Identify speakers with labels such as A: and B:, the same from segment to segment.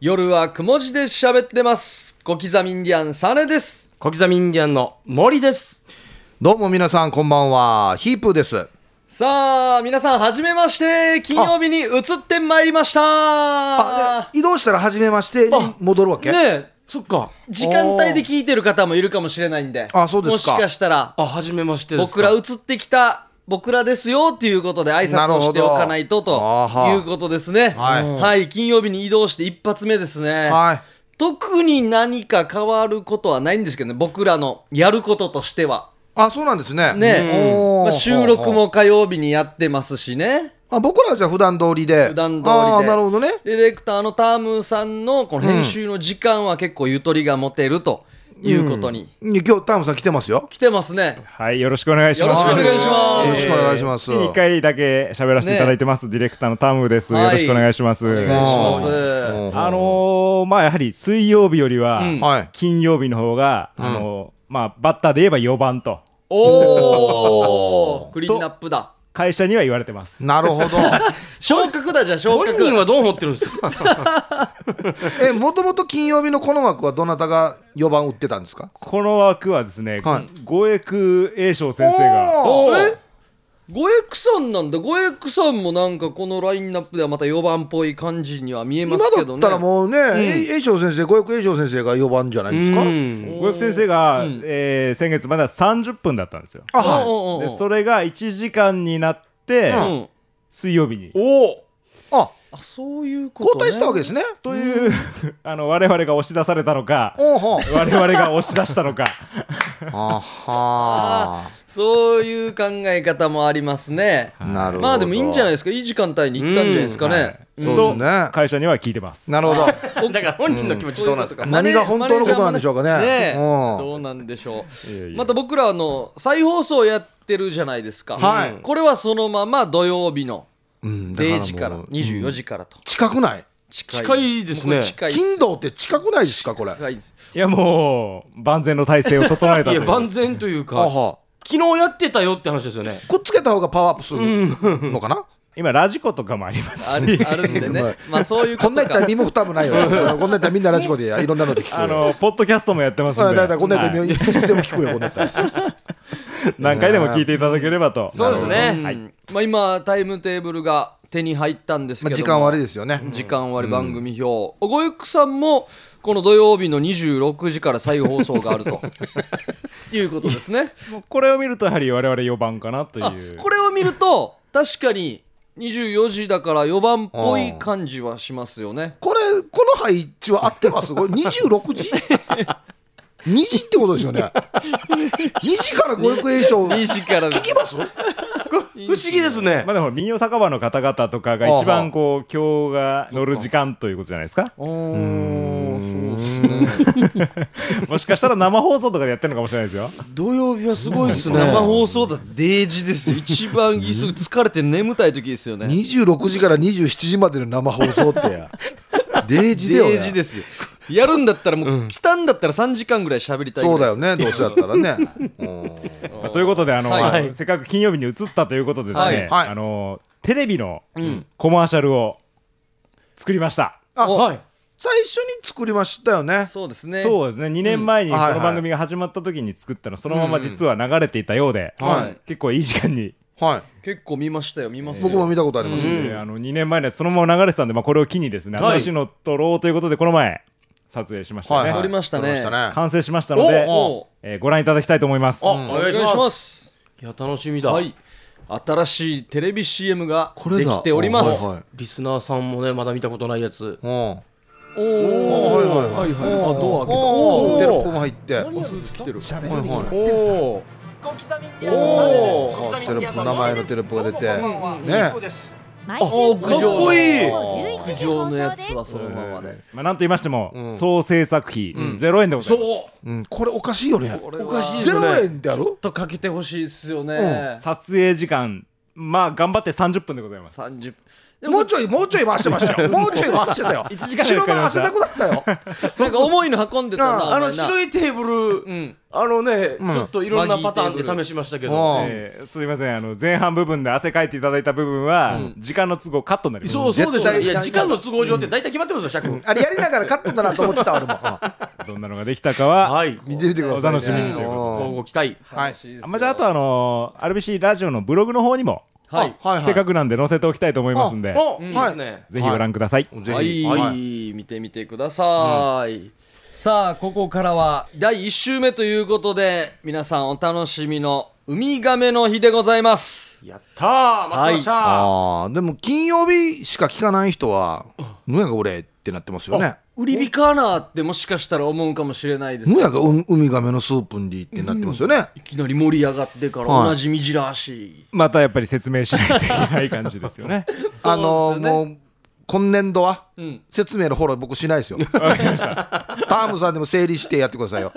A: 夜はくも字で喋ってます。小刻みインディアンサネです。
B: 小刻みインディアンの森です。
C: どうも皆さんこんばんはヒープーです
A: さあ、皆さん、はじめまして。金曜日に移ってまいりました。
C: あで移動したら初めましてに戻るわけ、
A: ねえ、
B: そっか。
A: 時間帯で聞いてる方もいるかもしれないんで。
C: あそうですか
A: もしかしたら、
B: あ、はじめましてです
A: 僕
B: か。
A: ら移ってきた、僕らですよっていうことで挨
C: な
A: 拶
C: る
A: を
C: ほど
A: しておかないとと
C: あは
A: いうことですね。
C: はい
A: はい、金曜日に移動して一発目ですね。
C: はい
A: 特に何か変わることはないんですけどね、僕らのやることとしては。
C: あそうなんですね
A: ね、
C: おー
A: まあ、収録も火曜日にやってますしね、
C: あ僕らはじゃあ普段通りで
A: 普段通りで
C: あーなるほどね
A: ディレクターのタームさんのこの編集の時間は結構ゆとりが持てるということに
C: 今日タームさん来てますよ
A: 来てますね。
D: はい、よろしくお願いします。
A: よろしくお願いします
C: よろしくお願いします
D: 月に一回だけ喋らせていただいてます。ディレクターのタムです。
A: はい
D: よろしくお願いします。
A: お願いします。
D: あのーまあやはり水曜日よりは、
A: うん
C: はい
D: 金曜日の方が、あのーまあバッターで言えば4番と
A: おー、クリーンナップだ。
D: 会社には言われてます。
C: なる ほど
A: 昇格だじゃあ昇
B: 本人
A: 格。
B: はどう思ってるんですか。
C: えもともと金曜日のこの枠はどなたが4番打ってたんですか
D: この枠はですね、
C: はい
D: 五役栄翔先生が
C: おー
A: えゴエクさんなんだ。ゴエクさんもなんかこのラインナップではまた4番っぽい感じには見えま
C: 今
A: すけ
C: だ
A: ど
C: っ
A: ね。
C: たらもうね、え栄翔先生五役栄翔先生が4番じゃないですか
B: うん
D: 五役先生が、
A: ん
D: えー先月まだ30分だったんですよ。
C: あ
A: おう
C: はい
A: おうおう
D: でそれが1時間になって、
A: うん
D: 水曜日に
B: おお。
C: あ
A: あそういうこと、ね、
C: 交代したわけですね
D: という、 あの我々が押し出されたのか、
C: おうほう
D: 我々が押し出したのか
C: あは
A: そういう考え方もありますね。
C: ーなるほど
A: まあでもいいんじゃないですか。いい時間帯に行ったんじゃないですかね。
C: そうですね
D: と会社には聞いてます
C: なるほど
B: だから本人の気持ちどうなんですか。
C: 何が本当のことなんでしょうかね
A: マネージャーもね
C: うん
A: どうなんでしょう。
D: いやいや
A: また僕らあの再放送やってるじゃないですか。
C: はい
A: これはそのまま土曜日の
C: うんだ
A: 0時から
C: もう
A: 24時からと。
C: 近くない
A: 近
B: 近いですね
A: もう近いです
C: 金道って近くないですかこれ
A: 近いです。
D: いやもう万全の体制を整えたと
B: い
D: い
B: や
D: う
B: 万全という
C: あ
B: か、
C: は
B: 昨日やってたよって話ですよね。
C: くっつけた方がパワーアップするのかな
D: 今ラジコとかもあります
A: あ
D: し
A: るあるんでね。まあそういうこ
C: こんな
A: と
C: やったら
A: か。
C: 身も蓋もないよこんなやったらみんなラジコでいろんなので聞く
D: あのポッドキャストもやってますん
C: あ
D: で
C: だいたいこんなやったら
D: はい
C: いつでも聞くよこんなやったら
D: 何回でも聞いていただければと
B: そうですね。
A: う
D: はい
A: んまあ今タイムテーブルが手に入ったんですけ
C: まあ
A: ども。
C: 時間割ですよね
A: 時間割番組表、ごゆくさんもこの土曜日の26時から再放送があると いうことですね
D: もうこれを見るとやはり我々4番かなと
A: あ
D: いう
A: これを見ると確かに24時だから4番っぽい感じはしますよ ね
C: これこの配置は合ってますこれ26時2時ってことですよね2時から五役栄翔
A: 2
C: 聞
A: 時から
C: きます
B: 不思議ですね
D: ま。あでも民謡酒場の方々とかが一番こう今日が乗る時間ということじゃないですか
A: おーそうですね
D: もしかしたら生放送とかでやってるのかもしれないですよ
B: 土曜日はすごいですね。
A: 生放送だデイジですよ一番すぐ疲れて眠たい時ですよね
C: 26時から27時までの生放送ってデイジだよ、ね、
A: デイジですよやるんだったらもう来たんだったら3時間ぐらい喋りたいぐら
C: そう
A: いで
C: だ
A: す
C: よねどうせやったらねうん
D: まあということであの、
A: は
D: せっかく金曜日に移ったということでですね、
C: はいはい
D: あのテレビのコマーシャルを作りました、
C: あ
A: お
B: はい。
C: 最初に作りましたよね
A: そうですね
D: そうですね2年前に
C: うん
D: こ
C: はいはい
D: の番組が始まった時に作ったのそのまま実は流れていたようで、
C: うんはい
D: 結構いい時間に、
C: はい
A: 結構見ましたよ見ますよ
C: 僕も見たことあります、
B: うん
D: であの2年前のやつそのまま流れてたんで、まあ、これを機にですね
B: はい
D: 新しいの撮ろうということでこの前撮影しました
C: は
D: ね、
C: い
A: 撮りましたね
C: 撮りましたね
D: 完成しましたので
A: おお、
D: えーご覧いただきたいと思います
B: あ、
A: お
B: お願
A: 願い
B: い
A: し
B: し
A: ま
B: ます。
A: す
B: いや楽しみだ。
A: はい新しいテレビ CM が
C: こ
A: で
C: れだ
A: きております
C: はいはい
B: リスナーさんもねまだ見たことないやつ。
C: うんお
A: おお
C: ー
A: はいはい
C: おー
A: あドア開けた
C: おー
B: おー
C: テロップも入ってはい
A: おスーツ着てる
C: はい
B: おお。
C: お
B: おお。
C: ーテロップ名前のテロップが出てね
E: 毎週
B: あ
A: かっ
E: 金
A: こ
E: 曜
A: いい
E: 日午後11
A: 苦
E: 時
A: 情
E: 放
A: の
E: 送
A: や
E: で
A: つ
E: す。
A: はそのままで
D: まあ、なんと言いましても、
C: うん
D: 総制作費0円でございます、
C: うんこれおかしいよね
A: これは
B: おかしい
C: ゼロ円であろ
A: ちょっとかけてほしいですよね
D: 撮影時間まあ頑張って30分でございます
A: 30
C: もうちょいもうちょい回してましたよもうちょい回してたよ
D: 一時間ぐら
C: 白
D: いかかり
C: 番
D: ま
C: 汗
D: した
C: だくだったよ
A: なんか重いの運んでたな
C: あ
A: お前な
B: あの白いテーブル、
A: うん
B: あのね、
C: うん
B: ちょっといろんなパターンで試しましたけど、
C: うん
D: えーすいませんあの前半部分で汗かいていただいた部分は、時間の都合カットになります
B: そうそうで
C: 絶
B: しょ、
C: 対
B: いや時間の都合上って大体決まってますよ尺、
C: あれやりながらカットだなと思ってた俺も、
D: どんなのができたかは、
B: はい
C: うん見てみてください、ね、
D: お楽しみにとい
C: うん
D: う
B: 今後期待
C: はい
A: 楽しいですよ
D: あまあ、じゃああとあのー RBC ラジオのブログの方にも、
C: あはいはい
D: せっかくなんで載せておきたいと思いますんで、
B: お、
C: ん
B: いいですね、
D: ぜひご覧ください、
C: ぜ
A: は
C: ひ
A: い、
B: はい
A: 見てみてください、さあここからは第1週目ということで皆さんお楽しみのウミガメの日でございます
B: やったー待ってました、
C: あーでも金曜日しか聞かない人は「ぬやが俺」ってなってますよね
A: 売り火かなってもしかしたら思うかもしれないです
C: ぬやがうウミガメのスープンディってなってますよね、
A: いきなり盛り上がってから
C: はい
A: 同じみじらし
D: またやっぱり説明しないといけない感じですよね
C: あのーもう今年度は
A: ん
C: 説明のフォロー僕しない ですよ、タームさんでも整理してやってくださいよ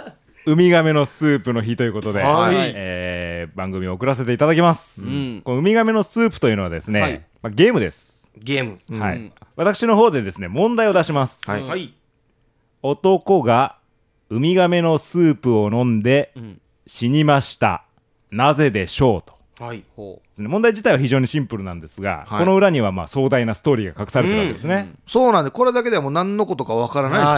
D: ウミガメのスープの日ということで、
B: はい
D: えー番組を送らせていただきます、
A: ん
D: このウミガメのスープというのはですね、
A: はい
D: まあ、ゲームです、
B: ゲーム、
D: はい私の方でですね問題を出します、
C: はい
B: はい
D: 男がウミガメのスープを飲んで
A: ん
D: 死にました、なぜでしょうと
B: はい
A: ほう
D: ですね問題自体は非常にシンプルなんですが、
C: はい
D: この裏にはまあ壮大なストーリーが隠されてるわけですね、
C: そうなんでこれだけではもう何のことかわからないです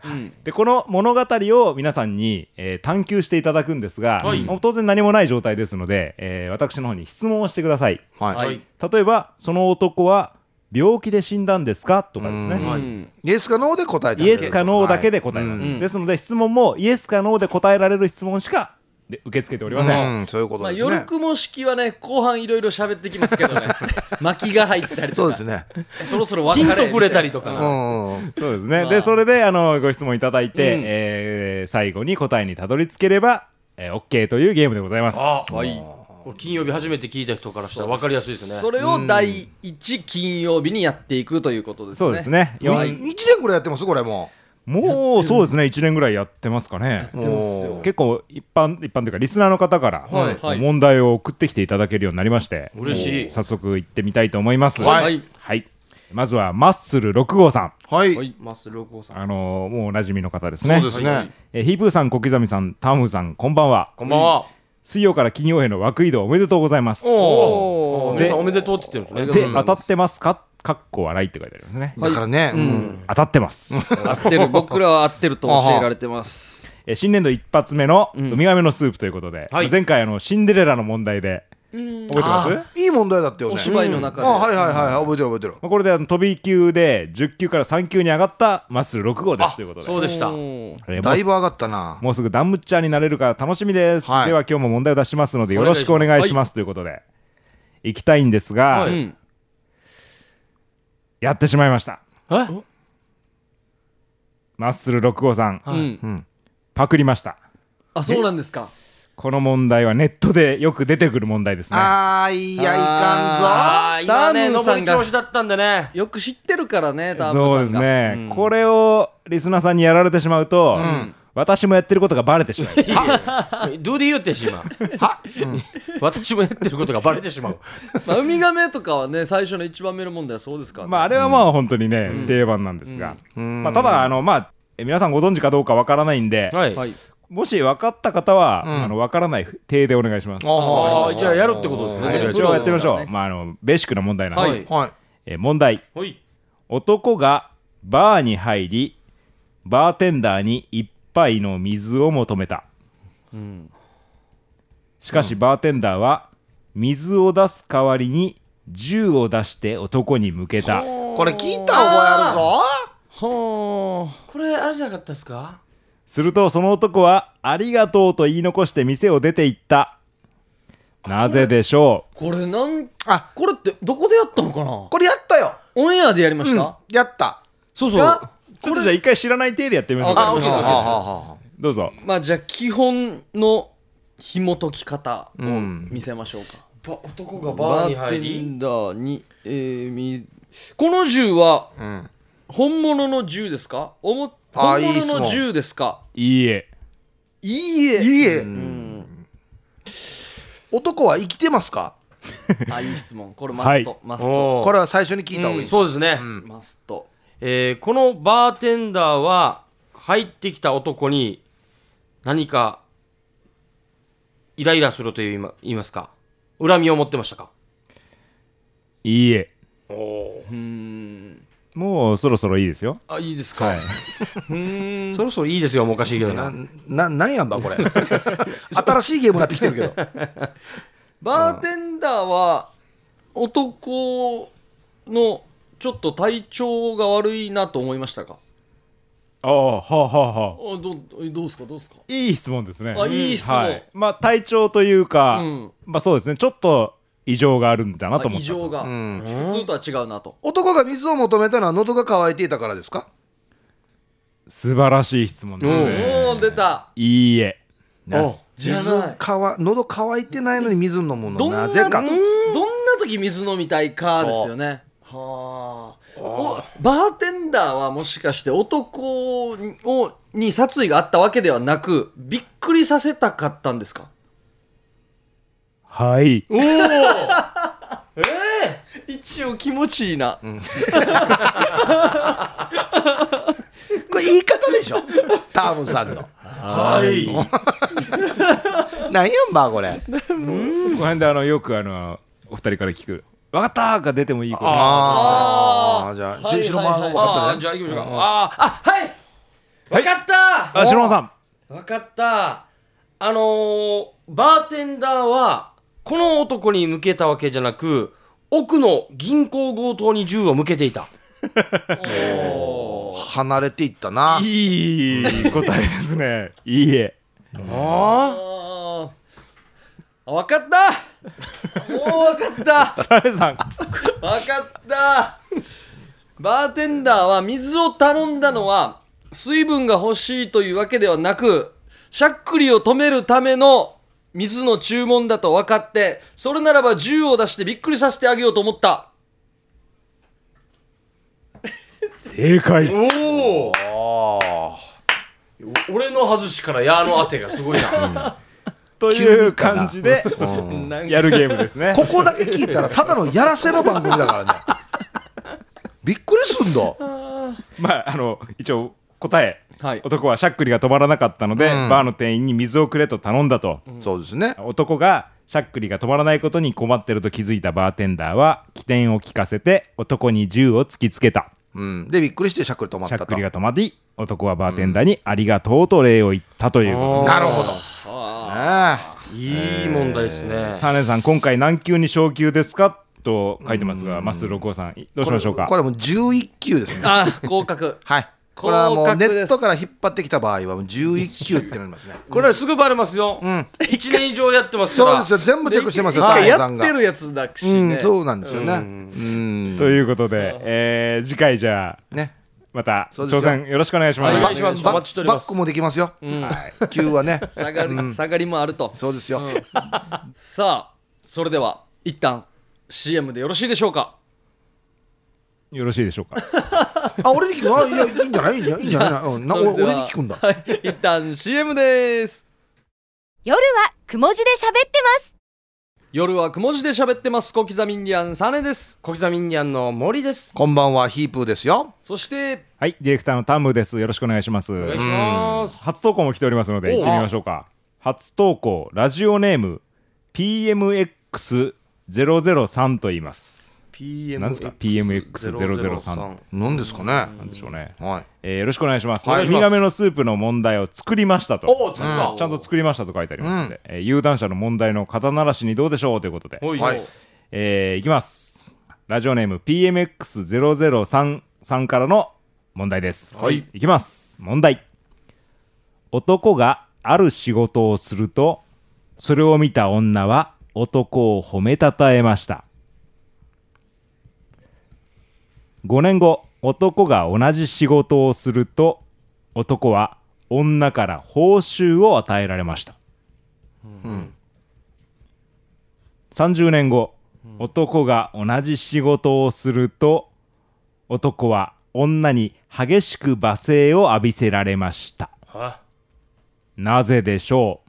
C: からね、
D: でこの物語を皆さんに、えー探求していただくんですが、
B: はい
D: もう当然何もない状態ですので、えー私の方に質問をしてください
C: はい
B: はい、
D: 例えばその男は病気で死んだんですかとかですね、
A: う
B: はい
A: ん
C: イエスかノーで答えてあ
D: イ
C: げる
D: エスかノーだけで答えます、ですので質問もイエスかノーで答えられる質問しかで受け付けておりません、
C: うん、そういうこ
A: ま
C: と
A: あ
C: ですね、
A: 夜雲式はね後半いろいろ喋ってきますけどね 巻きが入ったり
C: そ
A: と
C: う
A: か
C: ですね
A: そろそろ別
B: ヒ
A: れ
B: ントくれたりとか、
C: うん
D: そうですね、
A: まあ
D: でそれであのご質問いただいて、
A: うん
D: えー最後に答えにたどり着ければ、えー、OK というゲームでございます
B: あ
A: はい
B: これ金曜日初めて聞いた人からしたら分かりやすいですね
A: それを第1金曜日にやっていくということですね
D: そうですねよん
C: 1年ぐらいやってますこれも
D: もうそうですね1年ぐらいやってますかね
C: う
A: ますよ
C: もう
D: 結構一般一般というかリスナーの方から、
A: はいはい
D: 問題を送ってきていただけるようになりまして
B: 嬉しい
D: もう早速行ってみたいと思います
C: はい
A: はい
D: はいまずはマッスル6号さん
C: はい、
A: はい
B: マッスル6さん
D: あのーもうおなじみの方です
C: そ
D: ね
C: うですね、
B: はい
D: えーヒープーさん小刻みさんタンフさんこんばんは
B: こんばんは、
D: 水曜から金曜への枠移動おめでとうございます
B: おお皆さん
D: で
B: おめでとうって言ってるん
A: あり
B: で
A: が
B: す
A: とう
B: ね
D: で当たってますかかっこ笑いって書いてありますね、
C: だからね、うん
D: 当たってます、
A: 合ってる僕らは合ってると教えられて ます
D: えー新年度一発目のウミガメのスープということで、
B: はい
D: 前回あのシンデレラの問題で覚えてます
C: あいい問題だったよね
A: お芝居の
C: あ
A: 中で、
C: はいはいはい覚えてる覚えてる
D: まあ、これであの飛び級で10級から3級に上がったマッスル6号ですということで
B: そうでした
A: おー
D: えーもう
C: だいぶ上がったな
D: もうすぐダンムッチャーになれるから楽しみです、
C: はい
D: では今日も問題を出しますのでよろしくお願いしますということで、行きたいんですが、
B: は
A: う
B: い
A: ん
D: やってしまいました
B: え
D: マッスル6号さん、
A: うん
D: パクりました
A: あそうなんですか
D: この問題はネットでよく出てくる問題ですね
C: あーいやいか
B: あー今ね
A: ダム
B: 上
A: さん
B: り
A: が
B: 調子だったんでね
A: よく知ってるからねタームさんが
D: そうですね、これをリスナーさんにやられてしまうと、私もやってることがバレてしまう
B: どうで言うてし まう
C: は
B: 私もやってることがバレてしまう
A: まあ、ウミガメとかはね最初の一番目の問題はそうですから、ね
D: まああれはまあ本当にね、定番なんですが、まあ、ただあのまあえ皆さんご存知かどうかわからないんで、
B: はい、
A: はい、
D: もし分かった方は、あの分からない体でお願いします。は
B: ああじゃあやるってことですね
A: はい
B: とりあえ
D: い、
B: ず
D: 一応やってみましょう、
A: プロですからね
D: まあ、あのベーシックな問題なんで、
A: はい
C: はい
D: えー問題
B: はい
D: 男がバーに入りバーテンダーに一杯の水を求めた、しかしバーテンダーは水を出す代わりに銃を出して男に向けた
C: これ聞いた覚えあるぞ
A: は
B: これあれじゃなかったですか
D: するとその男はありがとうと言い残して店を出て行ったなぜでしょ
A: あこれなん
C: あ
A: これってどこでやったのかな
C: これやったよ、
A: オンエアでやりまし
C: うん
A: た、、
C: やった
B: そう
A: じ
B: そう
A: ゃ
B: あ
A: あ
D: うちょっとじゃあ一回知らない体でやってみましょう
A: あ
D: か
A: オッケーですオッケーです
D: どうぞ
A: まあじゃあ基本の紐解き方を
C: ん
A: 見せましょうか、
B: 男がバーに入
A: バーテ
B: り
A: ンダーに、えーみこの銃は
C: うん
A: 本物の銃ですかおも
C: あ
A: 本
C: いい質
A: 物
C: 問
A: の銃ですか
D: いいえ
A: いいえ
C: いいえ男は生きてますか
A: あいい質問これマスト、
D: はい
A: マスト
C: これは最初に聞いた方がいいです、
B: そうですね、
C: うん
A: マスト
B: えーこのバーテンダーは入ってきた男に何かイライラするという今言いますか恨みを持ってましたか
D: いいえ
A: うーん
D: もうそろそろいいですよ
A: あいいですか、うーん
B: そろそろいいですよもうおかしいけどな
C: ななんやんばこれ 新しいゲームになってきてるけど
A: バーテンダーは男のちょっと体調が悪いなと思いましたか
D: ああはあはあはあ
A: あどうどうですかどうですか
D: いい質問ですね。
A: あいい質問
D: はいまあ体調というか、
A: うん
D: まあそうですね。ちょっと異常があるんだなと
A: あ
D: 思っ
A: 異
D: た。
A: 常が、
C: ん
A: 普通とは違うなと
C: 男が水を求めたのは喉が渇いていたからですか
D: 素晴らしい質問です
A: お
D: ね。
A: お出た
D: いいえ。
B: お
A: じゃ
C: 水
A: ない
C: かわ喉乾いてないのに水飲む
A: ど
C: の
A: んな
C: なぜか
A: ど
C: と
A: んな時水飲みたいかですよねはあおバーテンダーはもしかして男をに殺意があったわけではなくびっくりさせたかったんですか
D: はい。
B: おええ
A: 一応気持ちいいな、
C: これ言い方でしょタームさんの
D: はい。こ
C: なんやんばこれ
D: の辺であのよくあのお二人から聞く。わかったーが出てもいいこと。
C: あ
A: あ
C: あじゃ
A: は
C: あ
A: い
C: 新種の間の方が分か
B: あ
C: った
B: ー
C: じ
B: じ
C: ゃ
B: ゃあ行きましょうかあーあはいわかった
D: あ、白間さん。
B: わかったあのーバーテンダーはこの男に向けたわけじゃなく奥の銀行強盗に銃を向けていた
C: ん離れていったない
D: い答えですね。いいえ。
B: あ
A: ああ分かったもう分かっ
D: サレさん。
A: た分かったバーテンダーは水を頼んだのは水分が欲しいというわけではなくしゃっくりを止めるための水の注文だと分かってそれならば銃を出してびっくりさせてあげようと思った
D: 正解。
B: おお
C: ああ
B: 俺の外しから矢の当てがすごいな
D: という感じでやるゲームですね。
C: ここだけ聞いたらただのやらせの番組だからねびっくりすんだ
D: まああの一応答え。
A: はい
D: 男はしゃっくりが止まらなかったので、
C: うん
D: バーの店員に水をくれと頼んだと。
C: そうですね
D: 男がしゃっくりが止まらないことに困ってると気づいたバーテンダーは起点を聞かせて男に銃を突きつけた
C: うんでびっくりしてしゃっくり止まっ
D: しゃ
C: た
D: っ
C: と
D: くりが止まり男はバーテンダーにありがとうと礼を言ったということ
C: なるほどね
B: いい問題ですね
D: でサーネさん今回何級に昇級ですかと書いてますがマッスル六号さんどうしましょうか
C: これこれもう11級ですね
A: あー合格
C: はい。これはもう
A: 広
C: ネ
A: 角です
C: ットから引っ張ってきた場合はもう11級ってなります ね。
B: これはすぐバレますよ、一1年以上やってますか
C: そう
B: ら
C: ですよ。全部チェックしてますよ。
A: 一
C: タ
A: 回
C: イさ
A: や
C: ん
A: っ
C: が
A: て。るやつだし
C: う
A: ね
C: ん、そうなんですよね。う
D: と
C: ん。
D: いうことで、えー次回じゃあ
C: ね。
D: また
C: そうですよ
D: 挑戦よろしくお願いしま
B: は
D: す、
B: いお
C: バ
B: 願い
C: ッ
B: します
C: バッ
B: お待ちしております
C: バックもできますよ。はい級はね。
A: 下がり、下がりもあると
C: そうですよ。
A: さあそれでは一旦 CM でよろしいでしょうか
D: よろしいでしょうか
C: あ、俺に聞くのあいや、いいんじゃないいいんじゃないいいんじゃないうんな
A: それで
C: 俺
A: は
C: 俺に聞くんだ。
A: はい一旦 CM です
E: 夜はくも字で喋ってます。
A: 夜はくも字で喋ってます小刻みインディアンサネです
B: 小刻みインディアンの森です
C: こんばんは、ヒープーですよ。
A: そして
D: はいディレクターのタンムですよろしくお願いします
B: お願いします
D: 初投稿も来ておりますので行ってみましょうか初投稿ラジオネーム PMX003 と言いますなんですか PMX003
C: 何ですかね。
D: なんでしょうね、
C: はい。
D: えーよろしくお願いします、
B: はい
D: ウミガメのスープの問題を作りましたと
B: おおつった、
D: ちゃんと作りましたと書いてありますので、えー有段者の問題の肩慣らしにどうでしょうということで、
B: おい、
C: はい
D: えーいきますラジオネーム PMX003 さんからの問題です
C: はい
D: いきます問題男がある仕事をするとそれを見た女は男を褒めたたえました5年後男が同じ仕事をすると男は女から報酬を与えられました、30年後男が同じ仕事をすると男は女に激しく罵声を浴びせられましたなぜでしょ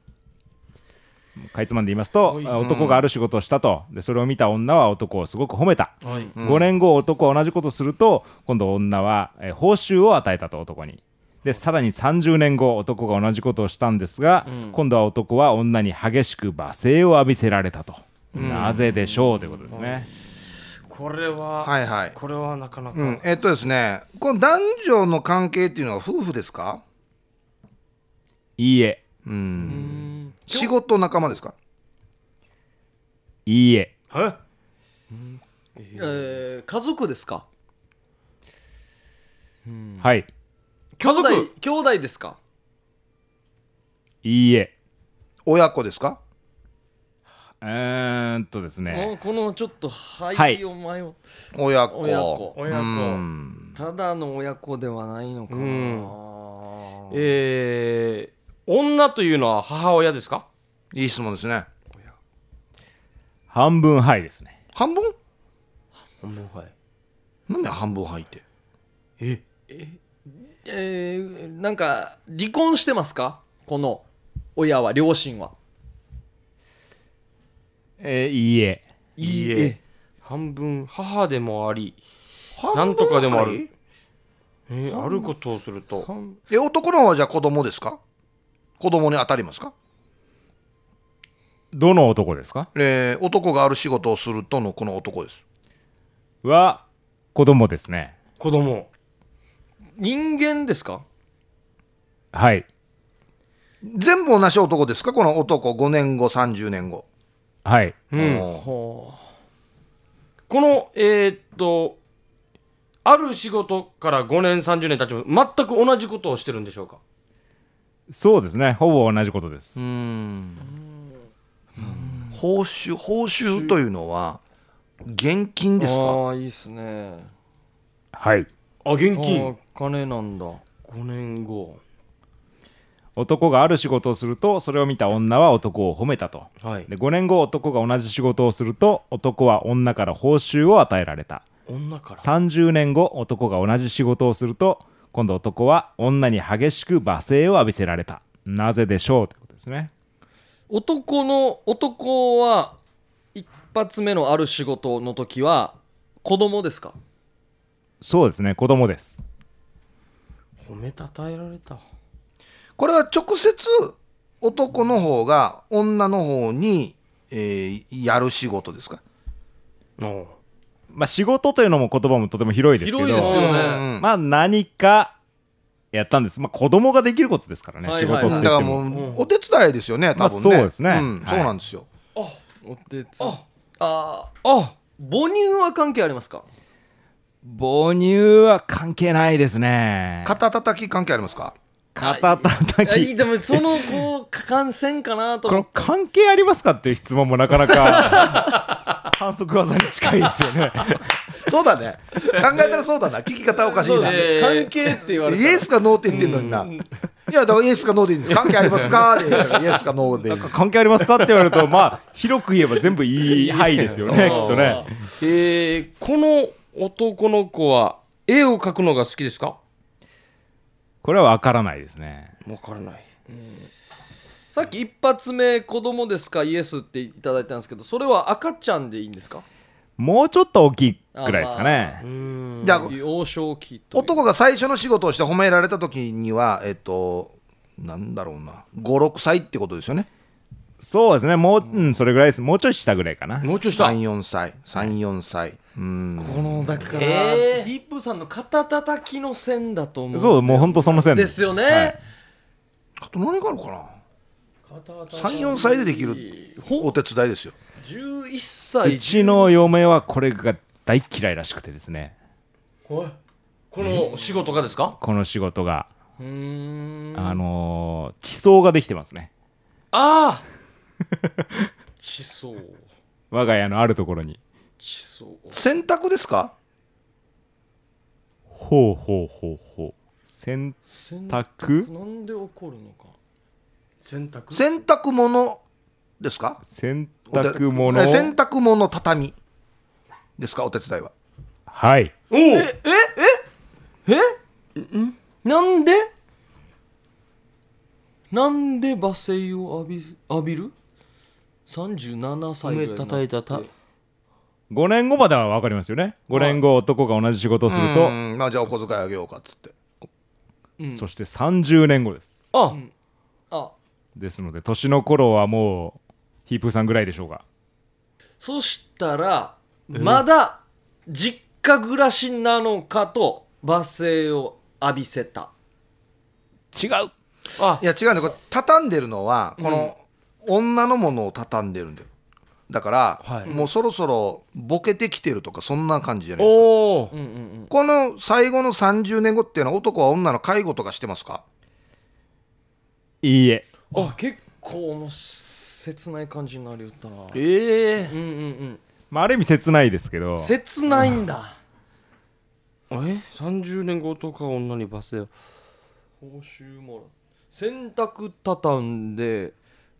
D: うかいつまんで言いますと
B: はい
D: 男がある仕事をしたとでそれを見た女は男をすごく褒めた、
B: はい
C: うん
D: 5年後男は同じことをすると今度女は、えー報酬を与えたと男にでさらに30年後男が同じことをしたんですが、今度は男は女に激しく罵声を浴びせられたと、なぜでしょうということですね、
B: これは、
C: はいはい
B: これはなかなか、
C: うん、えっとですねこの男女の関係っていうのは夫婦ですか
D: いいえ
C: うん仕事仲間ですか
D: いいえ
B: え
A: えー家族ですか
D: はい
B: 家
A: 兄弟
B: 族
A: 兄弟ですか
D: いいえ
C: 親子ですか
D: うーんとですね
A: おこのちょっと「はい」
D: はい
A: を迷う
C: 親子
A: 親子
B: 親子
C: うん
A: ただの親子ではないのかな、
B: うんえー、女というのは母親ですか
C: いい質問ですね
D: 半分はいですね
C: 半分
B: はい
C: なんで半分入って
B: え
A: えーなんか離婚してますかこの親は両親は
D: えーいいえ
B: いいえ半分母でもあり
C: 半
B: なんとかでもある
C: 入
B: えーあることをすると
C: え男の方はじゃあ子供ですか子供に当たりますか
D: どの男ですか
C: えー男がある仕事をするとのこの男です
D: は子供ですね
B: 子供
A: 人間ですか
D: はい
C: 全部同じ男ですかこの男5年後30年後、
D: はい
B: うん
C: おー
A: ほ
B: このえーっとある仕事から5年30年経ちます全く同じことをしてるんでしょうか
D: そうですねほぼ同じことです、
C: 報酬報酬というのは現金
A: う
C: ですか
A: ああいいっすね
D: はい
B: あ現
A: あー金なんだ
B: 5年後
D: 男がある仕事をするとそれを見た女は男を褒めたと
B: はい
D: で5年後男が同じ仕事をすると男は女から報酬を与えられた
B: 女から
D: 30年後男が同じ仕事をすると今度男は女に激しく罵声を浴びせられたなぜでしょうということですね
A: 男の男は一発目のある仕事の時は子供です か
D: そうですね子供です
B: 褒めたたえられた
C: これは直接男の方が女の方に、えーやる仕事ですか
B: おう
D: まあ仕事というのも言葉もとても広いですけど
A: 広いですよね
C: うん
D: まあ何かやったんですまあ子供ができることですからね、
A: はい
D: 仕事
A: は
D: っ
A: い
D: て
A: はい
C: だ
D: 言っ
C: か
D: て
C: ら
D: も、
C: もう、
B: うん
C: お手伝いですよね
D: ま
C: 多
D: あ
C: 分ね、
D: そうですね
C: んそ
D: はい
C: うなんですよ
A: お手つあああ母乳は関係ありますか
D: 母乳は関係ないですね
C: 肩叩き関係ありますか
D: 肩
A: いや
D: 叩
A: いい
D: き
A: でもそのこう感染かなと
D: こ
A: 思っ
D: の
A: て
D: 関係ありますかっていう質問もなかなか 反則技に近いですよね
C: そうだね考えたらそうだな聞き方おかしい
A: そう
C: な、
A: ですね関係って言われ
C: イ
A: たら
C: エスかノーって言ってんのにな、いやだからイエスかノーでいいんです関係ありますかでイエスかノーでいいんです
D: 関係ありますかって言われるとまあ広く言えば全部いい範囲ですよねきっとね
B: えー、この男の子は絵を描くのが好きですか
D: これは分からないですね
B: わからない
A: さっき一発目子供ですかイエスっていただいたんですけどそれは赤ちゃんでいいんですか
D: もうちょっと大きいくらいですかね
B: うーん
C: じゃあ
A: 幼少期という
C: 男が最初の仕事をして褒められた時にはえっとなんだろうな56歳ってことですよね
D: そうですねもう、うん、それぐらいですもうちょい下ぐらいかな
B: もうちょいした
C: 34歳34歳うん
A: このだから、
B: えー
A: ヒップさんの肩たたきの線だと思う
D: そうもうほんとその線
A: ですよね、
D: はい
C: あと何があるかな34歳でできるお手伝いですよ
A: 11歳
D: うちの嫁はこれが大嫌いらしくてですね
B: この仕事がですか
D: この仕事が、
A: うーん
D: あのー地層ができてますね
B: あ
A: 地層
D: 我が家のあるところに
A: 地層
C: 洗濯ですか
D: ほうほうほうほう洗濯
A: なんで怒るのか
B: あ洗濯
C: 洗濯物ですか
D: 洗
C: お手
D: 濯物
C: え洗濯物畳ですかお手伝いは
D: はい
B: おおえ
A: なんでなんで罵声を浴び浴びる37歳ぐらい
B: 梅
A: になって
B: 叩いたた
D: 5年後までは分かりますよね5年後男が同じ仕事をすると、
C: うんまあじゃあお小遣いあげようかっつって
A: うん
D: そして30年後です
B: あ
A: あ
D: ですので年の頃はもうヒープーさんぐらいでしょうか
A: そしたらまだ実家暮らしなのかと罵声を浴びせた
D: 違う
B: あ
C: いや違うんだよこれ畳んでるのはこの女のものを畳んでるんだよだから、
B: はい
C: もうそろそろボケてきてるとかそんな感じじゃないですか
B: おお
A: うんうんうん
C: この最後の30年後っていうのは男は女の介護とかしてますか
D: いいえ
A: あ結構もう切ない感じになりうったなうん
B: ええ
A: うんうん
D: まあ、ある意味切ないですけど
A: 切ないんだ
B: え30年後とか女にバスよ
A: 報酬もらう洗濯畳んで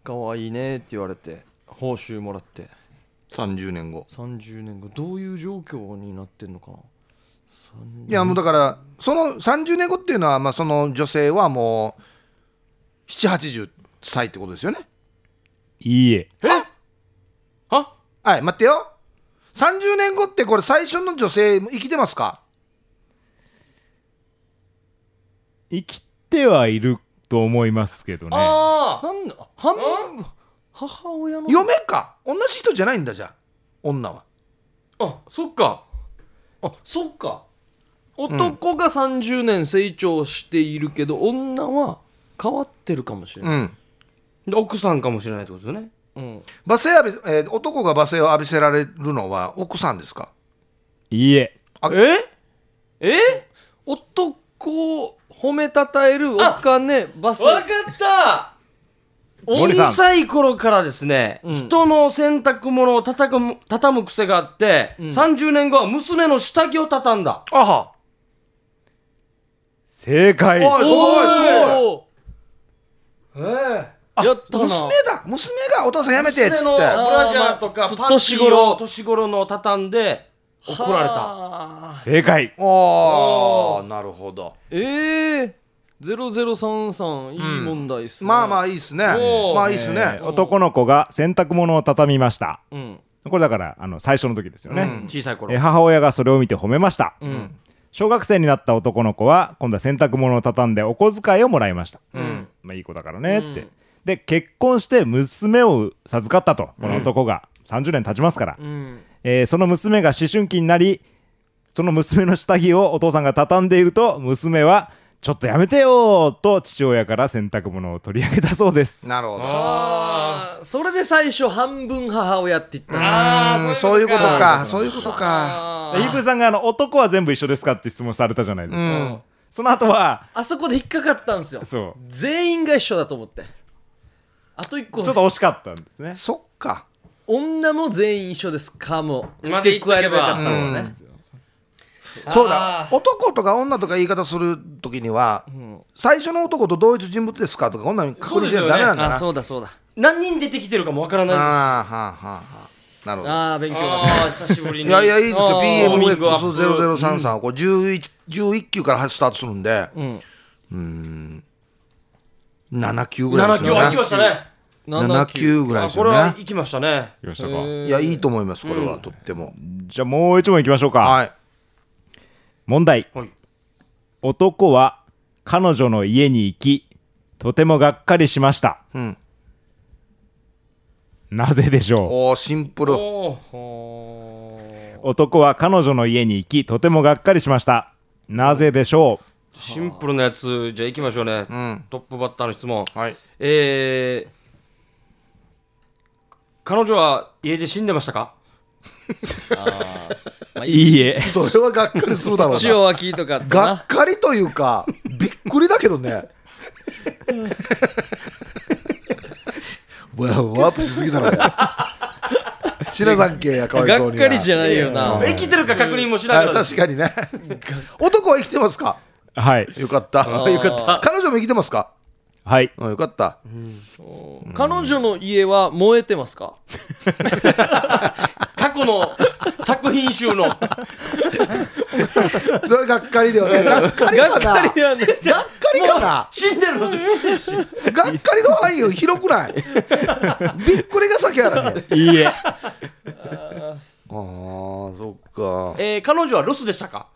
A: 可愛いねって言われて報酬もらって
C: 30年後
A: 30年後どういう状況になってんのかない
C: やもうだからその30年後っていうのはまあその女性はもう780歳ってことですよね
D: いいえ
B: あ
C: はい待ってよ30年後ってこれ最初の女性も生きてますか
D: 生きてはいると思いますけどね
B: あ
A: なんだ半分母親の
C: 嫁か同じ人じゃないんだじゃあ女は
B: ーあそっか
A: あそっか男が30年成長しているけど、女は変わってるかもしれ
C: う
A: ない、
C: ん
B: で奥さんかもしれないってことですよね
A: うん
C: 罵声浴び、えー男が罵声を浴びせられるのは奥さんですか
D: いいえ
C: あ
B: ええ
A: 男を褒めたたえるお金バス
B: わかった
D: 森さん
B: 小さい頃からですね、
A: うん
B: 人の洗濯物を叩く畳む癖があって、
A: ん
B: 30年後は娘の下着を畳んだ
C: あは
D: 正解
C: おいすごいすご
A: お
C: い
B: ええ
A: ーやったな
C: 娘だ娘がお父さんやめてっつって
B: 娘のブラジャーとか
A: あーまあ
B: パンテ
A: 年
B: ィー
A: 頃
B: を年頃の畳んで怒られた
A: た
D: 正解
C: ああなるほど
A: ええー、0033いい問題っすね、
C: まあま
A: あ
C: あいいっすね
B: おー
C: まあいいっす
D: え
C: ね
D: ー男の子が洗濯物を畳みました
A: うん
D: これだからあの最初の時ですよね、
C: うん
B: 小さい
D: えー
B: 頃
D: 母親がそれを見て褒めました、
A: うん
D: 小学生になった男の子は今度は洗濯物を畳んでお小遣いをもらいました、まあ、いい子だからねって、
A: うん
D: で結婚して娘を授かったとこの男が30年経ちますから、
A: うん
D: えーその娘が思春期になりその娘の下着をお父さんが畳んでいると娘は「ちょっとやめてよ!」と父親から洗濯物を取り上げたそうです
C: なるほど
A: あーそれで最初半分母親って言ったな
C: うんそういうことかそういうことか
A: あ
D: でイープさんがあの男は全部一緒ですかって質問されたじゃないですか、
C: うん
D: その後は
A: あそこで引っかかったんですよ
D: そ
A: 全員が一緒だと思ってあと一個
D: うちょっと惜しかったんですね
C: そっか
A: 女も全員一緒ですかも
B: まで
A: 付け加えればよかっ
B: そ
A: た
B: う
A: で
B: ですす
A: ね、
C: んそうだ男とか女とか言い方する時には最初の男と同一人物ですかとかこんなに確認しないとダメなんだ
A: あ
C: な
A: そうだそうだ
B: 何人出てきてるかもわから
C: あーは
B: ない
C: あはあはあなるほど
A: ああ勉強がね
B: あー久しぶり
C: い
B: に
C: やいやいいですよ
A: あーウォ
B: ーミングアップ
C: BMX0033 これ 11, 11級からスタートするんで
A: うん
C: 7級ぐらい
B: 7
C: です
B: 級
C: よ
B: 行き
C: ね
B: ましたね
C: 7級ぐらい
B: あ
C: です
B: これ
C: よ
B: は
C: ね
B: 行きましたね
D: よっしゃか
C: いやいいと思いますこれはとっても
D: じゃあもう一問いきましょうか、
C: はい
D: 問題
B: はい
D: 男は彼女の家に行きとてもがっかりしました
C: うん
D: なぜでしょう
C: おーシンプル
B: おー
D: 男は彼女の家に行きとてもがっかりしましたなぜでしょ
B: シンプルなやつじゃあ行きましょうね、
C: うん
B: トップバッターの質問
C: はい
B: えー、彼女は家で死んでましたか
D: ういいえ
C: それはがっかりするだろう
A: 塩
C: な
A: は聞いとかった
C: が
A: な
C: っかりというかびっくりだけどねわワープしすぎだろ白さん系やかわい
A: が
C: そう
A: っ
C: に
A: かりじゃないよ
C: う
A: なん
B: 生きてるか確認もしなが
C: あ
B: らです
C: 確かにね男は生きてますか
D: はい
C: よかった
A: よかった
C: 彼女も生きてますか
D: はい
C: うんよかった
A: 彼女の家は燃えてますか
B: 過去の作品集の
C: それがっかりだよね。がっかりかな。がっか
A: やね
C: りかな。
B: 死んでるの
C: がっかりの範囲を広くない。びっくりが先やらね。
D: いいえ
C: ああ、そっか。
B: えー彼女は留守でしたか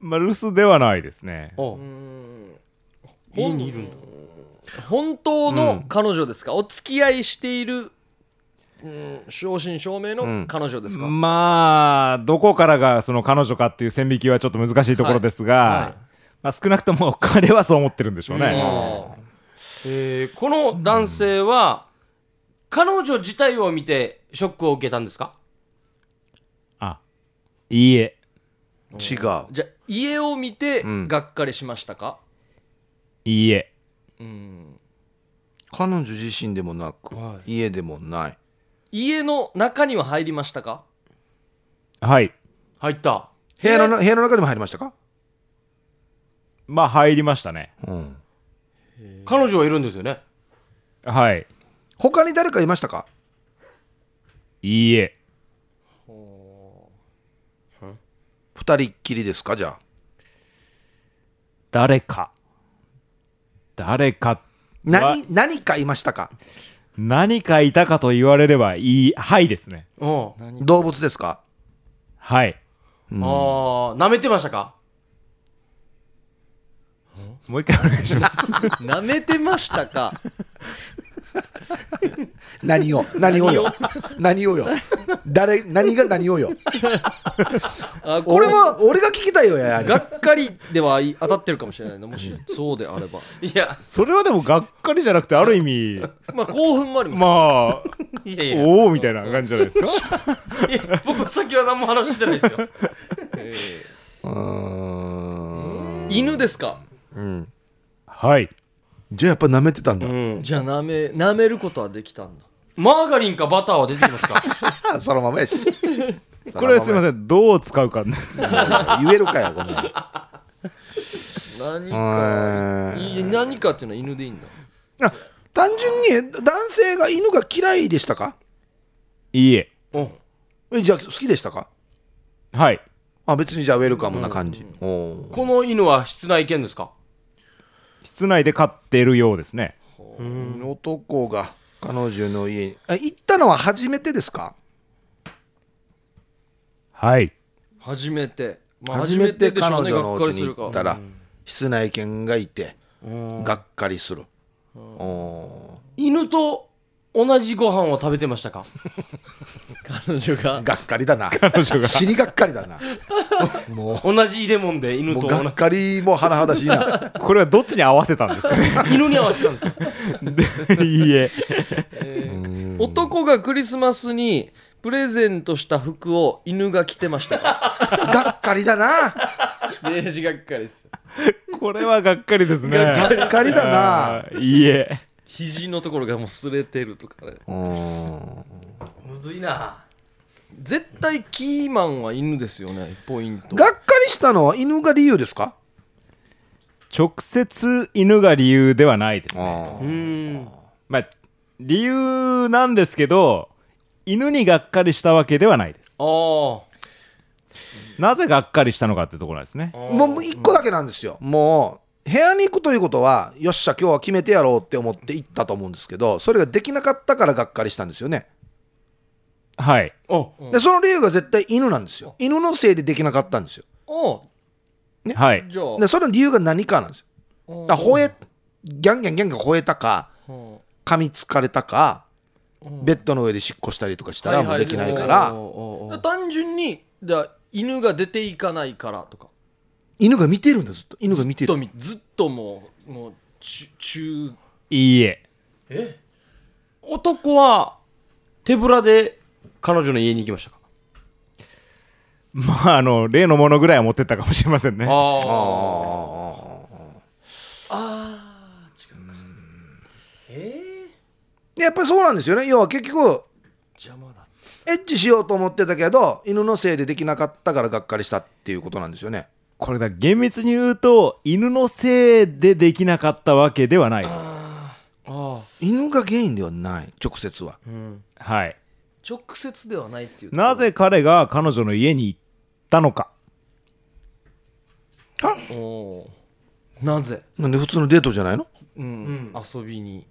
D: まあ留守ではないですね
B: おう家にいるんだ
A: 本当の彼女ですか、お付き合いしている、うん、正真正銘の彼女ですか、
D: まあどこからがその彼女かっていう線引きはちょっと難しいところですが、
B: はいはい
D: まあ、少なくとも彼はそう思ってるんでしょうね、
A: あ
B: えーこの男性は、彼女自体を見てショックを受けたんですか
D: あいいえ
C: 違
A: ーじゃあ家を見て
C: うん
A: がっかりしましたか、
D: いいえ
C: 彼女自身でもなく、
B: は
C: 家でもない。
A: 家の中には入りましたか
D: はい
B: 入った
C: 部屋の部屋の中にも入りましたか。
D: まあ入りましたね
C: うん。
B: 彼女はいるんですよね
D: はい
C: 他に誰かいましたか。
D: いいえ
C: 二人っきりですかじゃあ。
D: 誰か誰か
C: 何何かいましたか。
D: 何かいたかと言われればいいはいですね
B: おう
C: 動物ですか。
D: はい
B: あなめてましたか
D: もう一回お願いします
A: なめてました か
C: 何 を何をよ。何をよ。誰何が何をよ。
A: あこ
C: 俺
A: れは
C: も俺が聞きたいよやや。
A: がっかりではい当たってるかもしれないなもしそうであれば
B: いや
D: それはでもがっかりじゃなくてある意味
A: まあ興奮もあります、
D: まあ
B: いやいや
D: おおみたいな感じじゃないですか
B: いや僕先は何も話してないです よ
A: え
C: うーん
A: ー犬ですか
C: うん。
D: はい
C: じゃあやっぱ舐めてたんだ。
A: じゃあなめ舐めることはできたんだ
B: マーガリンかバターは出てきます か
C: あそのままやし。
D: これはすみませ
C: ん。
D: んどう使うか
C: 言えるかよこんなん。
A: 何
C: う
A: か
C: ーん
A: いい何かっていうのは犬でいいんだ
C: あ単純に男性が犬が嫌いでしたか
D: いいえ
B: おう
C: えじゃあ好きでしたか
D: はい
C: あ別にじゃあウェルカムな感じ、おー
B: この犬は室内犬ですか
D: 室内で飼ってるようですね
C: 男が彼女の家にあ行ったのは初めてですか
D: はい
A: 初めて、まあ、
C: 初めて彼女の
A: がっ
C: お
A: か
C: 家
A: りす
C: に
A: るか
C: 行ったら室内犬がいて
B: うん
C: がっかりするお
B: 犬と同じご飯を食べてました か
A: 彼女
C: ー
A: が
C: がっかりだな死にがっかりだな も
B: 同じ入れ物で
C: う
B: 犬
C: も
B: と
C: う
B: 同
C: が
B: じ
C: っかりも甚だしい な
D: これはどっちに合わせたんですか ね
B: 犬に合わせたんですよ
D: いいえ
A: 男がクリスマスにプレゼントした服を犬が着てましたか
C: がっかりだな
A: デージがっかりです
D: これはがっかりですね
A: が
C: がっかりだな
D: あーいいえ
A: 肘のところがもう擦れてるとかね
C: うん
B: むずいな
A: 絶対キーマンは犬ですよねポイント
C: がっかりしたのは犬が理由ですか
D: 直接犬が理由ではないですね
B: うーん
D: まあ理由なんですけど犬にがっかりしたわけではないです
B: あー
D: なぜがっかりしたのかってところなんですね
B: あー
C: もうもう一個だけなんですよ、もう部屋に行くということはよっしゃ今日は決めてやろうって思って行ったと思うんですけどそれができなかったからがっかりしたんですよね、
D: はい
B: お
A: うん
C: でその理由が絶対犬なんですよ犬のせいでできなかったんですよ
A: おう
D: はい
A: じゃあ
C: でその理由が何かなんですよ
A: おう
C: だから吠えギャンギャンギャンギャン吠えたか
A: うん
C: 噛みつかれたか
A: うん
C: ベッドの上でしっこしたりとかしたら
A: はい
C: も
A: は
C: う
A: い
C: できないか
B: おー
C: ら
B: おーおー
A: 単純にだ犬が出ていかないからとか
C: 犬が見てるんだずっと犬が見
A: ず
C: て
A: っと
C: る
A: みずっともうもうちゅ中
D: いいえ
B: 男は手ぶらで彼女の家に行きましたか
D: まああの例のものぐらいは持ってったかもしれませんね
B: ああ
A: ああ違うか
C: でやっぱりそうなんですよね要は結局
A: 邪魔だ
C: エッチしようと思ってたけど犬のせいでできなかったからがっかりしたっていうことなんですよね
D: これだ厳密に言うと犬のせいでできなかったわけではないです
B: ああ
C: 犬が原因ではない直接は
B: うん
D: はい
A: 直接ではないっていう
D: なぜ彼が彼女の家に行ったのか
A: おおーなぜ、
C: なんで普通のデートじゃないの
A: うん遊びに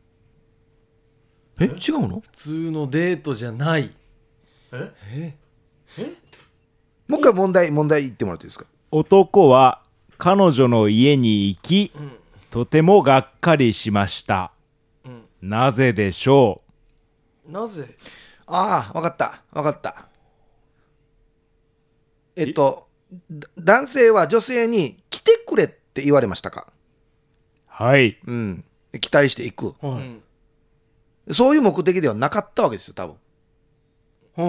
C: え違うの
A: 普通のデートじゃない
C: もう一回問題問題言ってもらっていいですか
D: 男は彼女の家に行き、とてもがっかりしました、なぜでしょ
A: なぜ
C: ああ分かった分かったえっとだ男性は女性に来てくれって言われましたか
D: うはい
C: うん期待していく
B: はい
C: そういう目的ではなかったわけですよ多分
B: う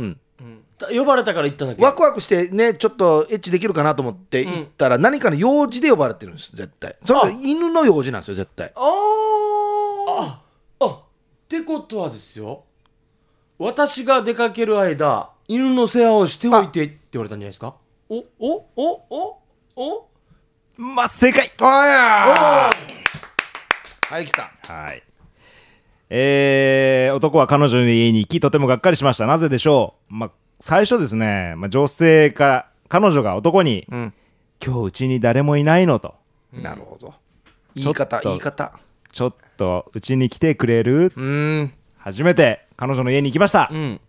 B: ん
C: うん
B: た呼ばれたから行っただけ
C: ワクワクしてねちょっとエッチできるかなと思って行ったら何かの用事で呼ばれてるんです絶対そ
B: あ
C: れ犬の用事なんですよ絶対
B: あーあってことはですよ私が出かける間犬の世話をしておいてって言われたんじゃないですか
A: おおおおお
D: まあ正解
C: あやはい来た
D: はいえー男は彼女の家に行きとてもがっかりしましたなぜでしょう、まあ、最初ですね、まあ、女性から彼女が男に、
C: うん
D: 今日うちに誰もいないのと
C: なるほど言い方
D: ちょっと
C: 言い方
D: ちょっとうちに来てくれる
C: うーん
D: 初めて彼女の家に行きました、
A: うん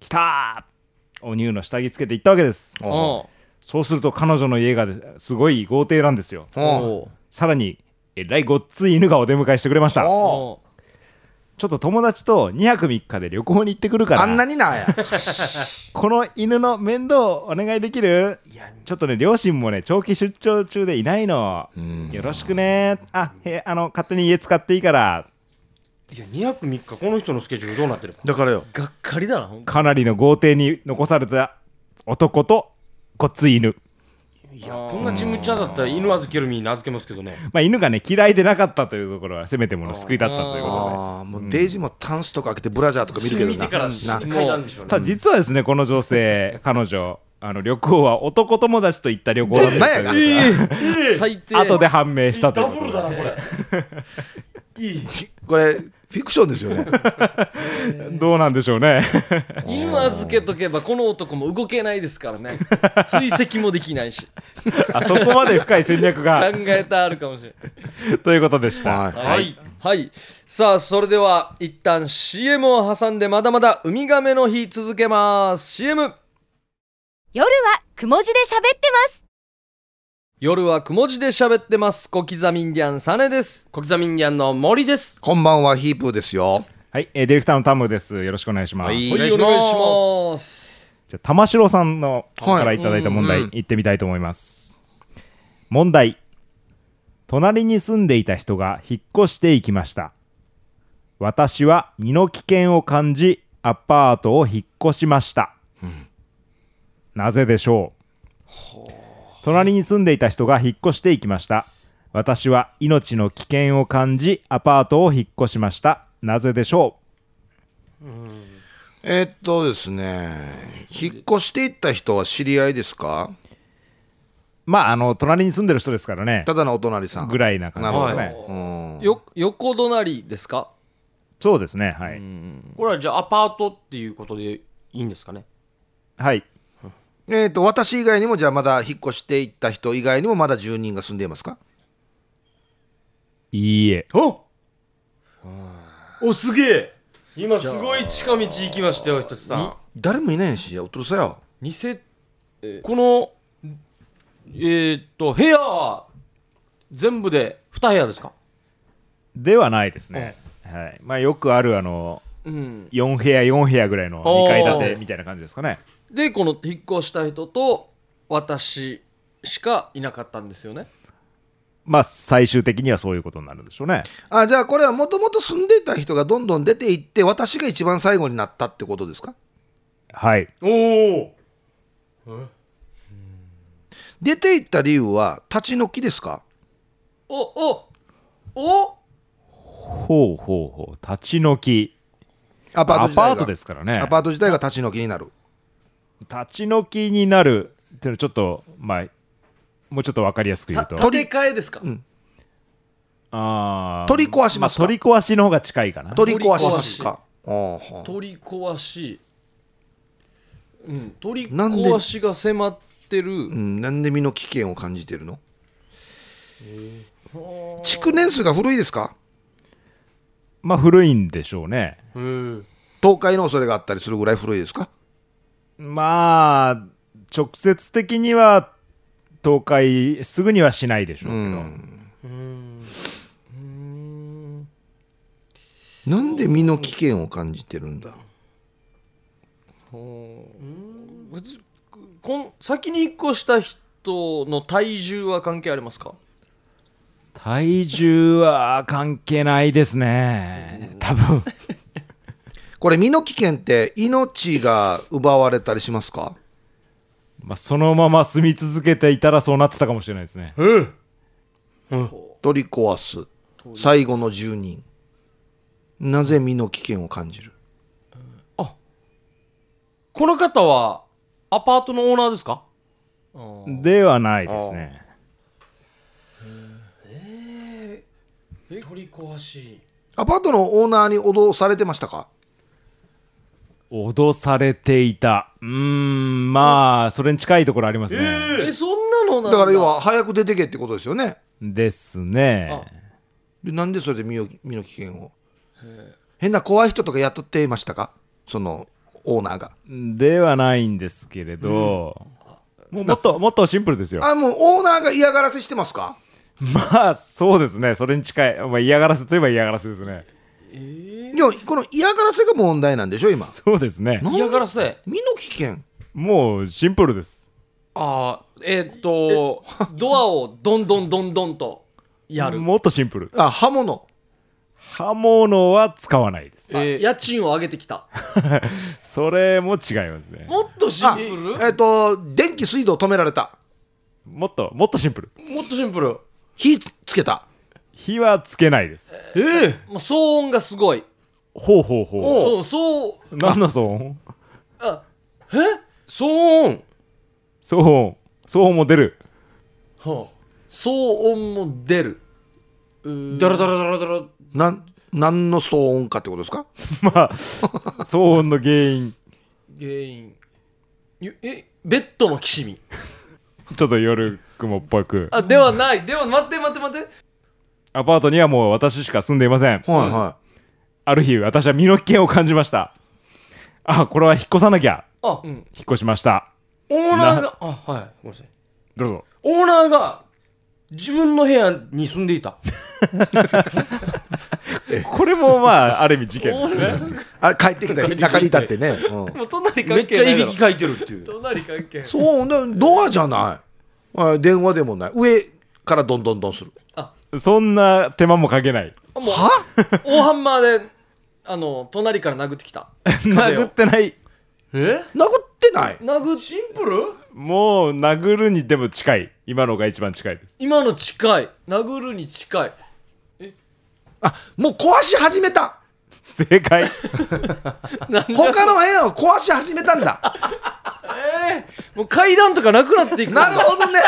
D: 来たーお乳の下着つけて行ったわけです
A: お
D: そうすると彼女の家がですごい豪邸なんですよ
C: おう
A: お
D: さらにえらいごっつい犬がお出迎えしてくれました
C: おう
A: お
D: ちょっと友達と2泊3日で旅行に行ってくるから
C: あんなになや
D: この犬の面倒お願いできるちょっとね両親もね長期出張中でいないのよろしくねあへあの勝手に家使っていいから
B: いや2泊3日この人のスケジュールどうなってるか
C: だからよ
A: がっかりだなほんと
D: かなりの豪邸に残された男とごっつい犬
B: いやこんなちむちゃだったら犬預ける身に預けますけどね
D: まあ犬がね嫌いでなかったというところはせめてもの救いだったということで
C: ああもうデイジーもタンスとか開けてブラジャーとか見るけど
B: 見てから
C: なな
B: 階段でしょうね
D: ただ実はですねこの女性彼女あの旅行は男友達と行った旅行だった
C: なんやが
D: というこ
A: 最低
D: とが後で判明したということで
B: なこれ
C: これフィクションですよね
D: どうなんでしょうね
A: 犬預けとけばこの男も動けないですから ね追跡もできないし考
D: あそこまで深い戦略が
A: えたあるかもしれ
D: ということでした
C: はい
A: ないはい、はい、さあそれでは一旦 CM を挟んでまだまだウミガメの日続けます CM
E: 夜はくも字で喋ってます
A: 夜はくも字で喋ってます小刻みインディアンサネです
B: 小刻みんぎゃんの森です
C: こんばんはヒープーですよ
D: はい、えーディレクターのタムです。よろしくお願いします。
C: はい
D: じ
A: は
B: お願いし
A: ま
B: ます
A: す
D: ゃあ玉城さんの
C: はい
D: からいただいた問題、
C: うん
D: いってみたいと思います。問題。隣に住んでいた人が引っ越していきました。私は身の危険を感じ、アパートを引っ越しました。なぜでしょう隣に住んでいた人が引っ越していきました。私は命の危険を感じ、アパートを引っ越しました。なぜでしょう
C: えーっとですね引っ越していった人は知り合いですか
D: まあ、あの、隣に住んでる人ですからね。
C: ただのお隣さん
D: ぐらいな感じですか
C: なる
D: ね。
C: うん
A: よ横隣ですか
D: そうですね。はい。
B: これはじゃあアパートっていうことでいいんですかね
D: はい。
C: えーっと私以外にもじゃあまだ引っ越していった人以外にもまだ住人が住んでいますか
D: いいえ。
B: おおすげえ今すごい近道行きましたよひとつさん
C: 誰もいないしおっとるさよ
A: 二世
B: このえーっと部屋は全部で2部屋ですか
D: ではないですね。はい。まあ、よくある、あの、
A: うん
D: 4部屋、4部屋ぐらいの
B: おー
D: 2階建てみたいな感じですかね。
A: でこの引っ越した人と私しかいなかったんですよね
D: まあ、最終的にはそういうことになるんでしょうね。
C: あじゃあこれはもともと住んでいた人がどんどん出ていって私が一番最後になったってことですか
D: はい。
B: おお
C: 出ていった理由は立ち退きですか
A: おおお
D: ほうほうほう。立ち退き。
C: アパート
D: ア
C: 自体が
D: パートですからね。
C: アパート自体が立ち退きになる
D: 立ち退きになるっていうのはちょっと、まあ、もうちょっと分かりやすく言う
A: た
D: と。
A: 建て替えですか、
C: うん
D: あー
C: 取り壊しますか
D: あ取り壊しの方が近いかな。
C: 取り壊しますか
F: ああはあ
B: 取り壊し、うん、取り
F: なんで
B: 壊しが迫ってる
F: うん、なんで身の危険を感じてるの築年数が古いですか
D: まあ古いんでしょうね
C: うん
F: 倒壊の恐れがあったりするぐらい古いですか
D: まあ直接的には倒壊すぐにはしないでしょうけど、
F: なんで身の危険を感じてるんだ
B: 別こん先に引っ越した人の体重は関係ありますか
D: 体重は関係ないですね多分
F: これ身の危険って命が奪われたりしますか
D: まあそのまま住み続けていたらそうなってたかもしれないですね
F: 取り壊す最後の住人なぜ身の危険を感じる
C: この方はアパートのオーナーですか
D: ではないですね
C: 取り壊し
F: アパートのオーナーに脅されてましたか
D: 脅されていたうーんまあそれに近いところありますね、
B: えそんなのなんだ
F: だから要は早く出てけってことですよね
D: ですね
F: でなんでそれで身を身の危険を変な怖い人とか雇っていましたかそのオーナーが
D: ではないんですけれど、もうもっともっとシンプルですよ
F: あもうオーナーが嫌がらせしてますか
D: まあそうですねそれに近い、まあ、嫌がらせといえば嫌がらせですね
F: いやこの嫌がらせが問題なんでしょ今
D: そうですね
C: 嫌がらせ
F: 身の危険
D: もうシンプルです
B: あーえーっとドアをどんどんどんどんとやる、
D: もっとシンプル
F: あ刃物
D: 刃物は使わないです
B: あ
C: えー
B: 家賃を上げてきた
D: それも違いますね
B: もっとシン
F: あ
B: プ
F: えっ、
B: ル
F: と電気水道止められた
D: もっともっとシンプル
C: もっとシンプル
F: 火つけた
D: 火はつけないです
C: ええ
B: もう騒音がすごい
D: ほうほうほ
B: うんそう
D: う何の騒音
B: あ
C: 騒音
D: 騒音騒音も出る
B: はあ騒音も出る
C: ダラダラダラダラ
F: なん何の騒音かってことですか
D: まあ騒音の原因
B: 原因ゆえベッドのきしみ
D: ちょっと夜雲っぽく
B: あではないでは待って待って待って
D: アパートにはもう私しか住んでいません
F: はいは
D: ある日私は身の危険を感じましたあこれは引っ越さなきゃ
C: あ、
D: 引っ越しました
C: オーナーがあはいごめんなさい
D: どうぞ
C: オーナーが自分の部屋に住んでいた
D: これもまあある意味事件ですね
F: あれ帰ってきた中にいたってね、うん
B: もう隣
C: め
B: 関
C: っち
B: 係
C: ゃ
B: ないいだ
C: び
B: ろ
C: きかいてるっていう
B: 隣関係ない
F: 騒音だドアじゃないあ電話でもない上からどんどんどんする
D: そんな手間もかけない
B: あもう大ハンマーであの隣から殴ってきた壁を
D: 殴ってない
C: え
F: 殴ってない
B: 殴シンプル
D: もう殴るにでも近い今のが一番近いです
B: 今の近い殴るに近い
F: あもう壊し始めた
D: 正解
F: 他の部屋を壊し始めたんだ
B: もう階段とかなくなっていくん
F: なる
B: だ
F: ほどね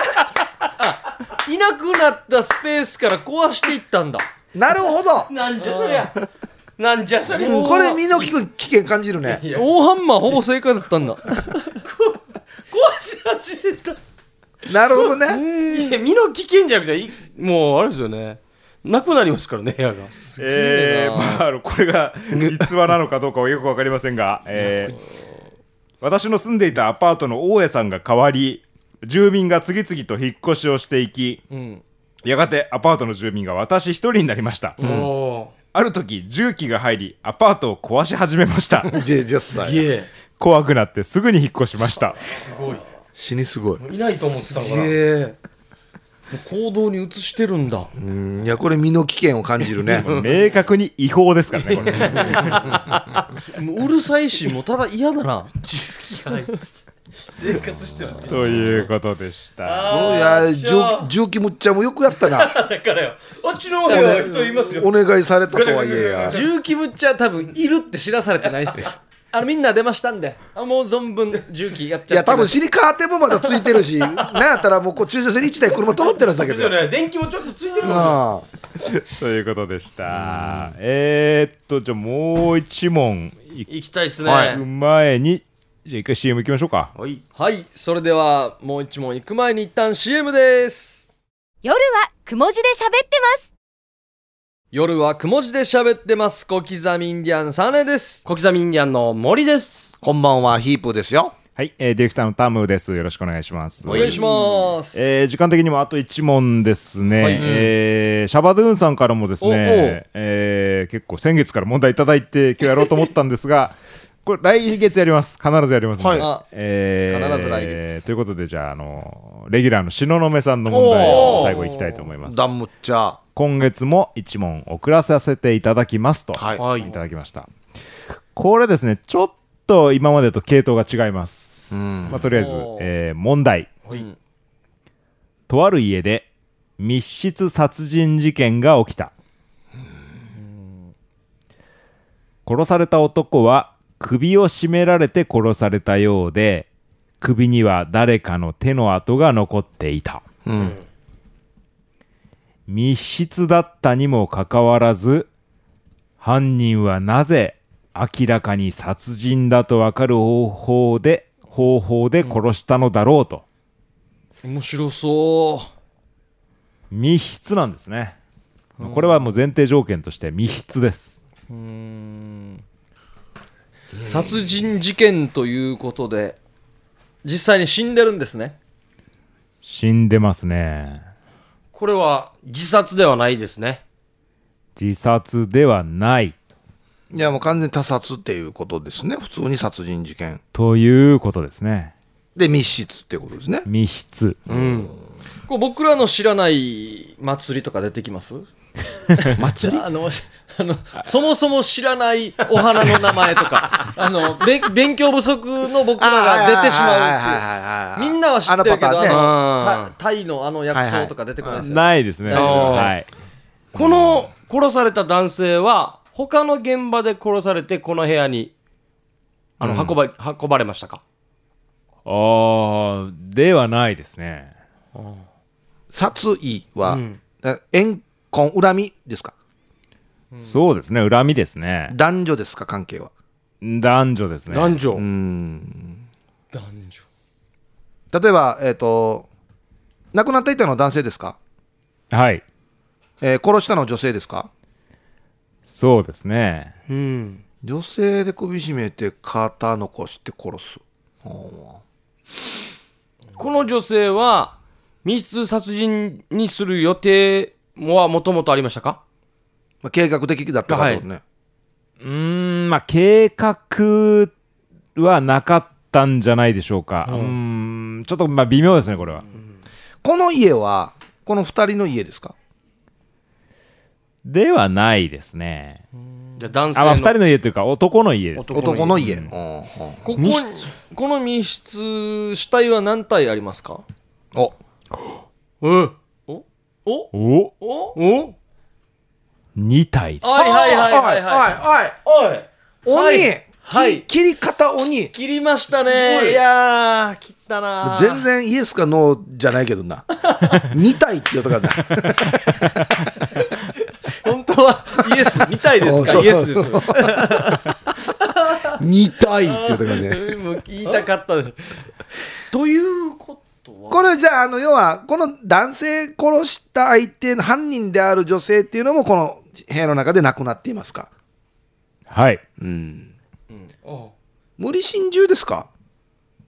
B: いなくなったスペースから壊していったんだ
F: なるほど、
C: なんじゃそりゃなんじゃそりゃ
F: うんこれ身の危険危険感じるね
B: 大ハンマーほぼ正解だったんだ壊し始めた
F: なるほどね
C: いや身の危険じゃなくていもうあれですよねなくなりますからね部屋が
D: えー、まああのこれが逸話なのかどうかはよくわかりませんが、えー私の住んでいたアパートの大家さんが変わり住民が次々と引っ越しをしていき、やがてアパートの住民が私一人になりました、
C: お
D: ある時重機が入りアパートを壊し始めました
F: で10歳
C: え
D: 怖くなってすぐに引っ越しました
F: 死にすごい
C: いないと思ってたから
B: え行動に移してるんだ
F: うんいやこれ身の危険を感じるね
D: 明確に違法ですからねこ れ
B: もううるさいしもうただ嫌だな
C: 生活してるんです
D: ということでした。
F: いや重重機むっちゃんもよくやっ たな
C: だからよあっちの方が人いますよ
F: お願いされたとはいえや
B: 重機ぶっちゃ多分いるって知らされてないっすよ
A: あのみんな出ましたんであもう存分重機やっちゃって
C: いや多分シリカーテンもまだついてる しなんやったらもうこう駐車場に1台車止まってるんだけ
B: です
C: ど
B: よね電気もちょっとついてるもん
C: あ
D: ということでした。えー、っと、じゃあもう一問い
B: 行きたいっすね
D: く前に、じゃあ一回 CM 行きましょうか。
B: はい
A: はいそれではもう一問行く前に一旦 CM です
E: 夜はくも字で喋ってます。
A: 夜はくも字で喋ってます小刻みインディアンサネです
B: 小刻みインディアンの森です
C: あこんばんはヒープですよ
D: はい、えーディレクターのタムです。よろしくお願いします。
A: お願いします、
D: えー時間的にもあと1問ですね、
A: はい
D: えーシャバドゥーンさんからもです
A: お
D: ね、えー結構先月から問題いただいて今日やろうと思ったんで すがこれ来月やります必ずやりますので、
A: はい
D: えー
A: 必ず来月
D: ということでじゃああのレギュラーの東雲さんの問題
B: お
D: を
B: ー
D: 最後いきたいと思います
C: ダンムッチャー
D: 今月も1問送らさせていただきますと、
C: はい
B: はい
D: いただきましたこれですねちょっと今までと系統が違います、まあ、とりあえず
A: おー、
D: えー問題
A: うん
D: とある家で密室殺人事件が起きた殺された男は首を絞められて殺されたようで首には誰かの手の跡が残っていた、密室だったにもかかわらず犯人はなぜ明らかに殺人だとわかる方法で方法で殺したのだろうと、
A: 面白そ
D: 密室なんですね、これはもう前提条件として密室です
A: う殺人事件ということで実際に死んでるんですね
D: 死んでますね
B: これは自殺ではないですね
D: 自殺ではない
C: いやもう完全に他殺っていうことですね普通に殺人事件
D: ということですね
C: で密室っていうことですね
D: 密室
A: こう僕らの知らない祭りとか出てきます
C: 祭り
A: あのしあのそもそも知らないお花の名前とかあのべ勉強不足の僕らが出てしまうっていう
C: ま
A: みんなは知ってるけどあの、
B: ね
A: たタイのあの薬草とか出てこないですよ、
D: ないですね
A: 大丈夫です
D: はい
B: この殺された男性は他の現場で殺されてこの部屋にあの運ば,、運ばれましたか
D: あーではないですね
C: 殺意は、え怨恨恨みですか
D: そうですね恨みですね
C: 男女ですか関係は
D: 男女ですね
B: 男女、
C: 例えばえっ、と亡くなっていたのは男性ですか、
D: はい
C: えー殺したのは女性ですか
D: そうですね
B: うん、
C: 女性で首絞めて肩残して殺す
B: この女性は密室殺人にする予定もはもともとありましたか
C: まあ、計画的だったからね、
D: うーんまあ計画はなかったんじゃないでしょうかうーんちょっとまあ微妙ですねこれは
C: この家はこの2人の家ですか
D: ではないですね
B: じゃあ男性
D: あ、
B: の
D: まあ、2人の家というか男の家ですね
B: 男
C: 男
B: の
C: の
B: 家
C: 家うんうん
A: ここにこの密室死体は何体ありますか
C: お
B: え
A: お
D: お
A: お
B: お
D: 2体
A: はいはいはいはいはい
C: はい
B: おい
C: お
A: は
C: い
A: い
C: 鬼、
A: はい
C: 切り切り方鬼
A: 切りました
B: すご
A: ね
B: い
A: いやー切ったなー
C: 全然イエスかノーじゃないけどな2 体って言うとかな
A: 本当はイエスみたいですか
C: そうそう
A: イエスですよ
C: 2体って言うとかね
A: うんもう言いたかったでしょということは
C: これじゃああの要はこの男性殺した相手の犯人である女性っていうのもこの部屋の中で亡くなっていますか
D: はい
C: 無理心中ですか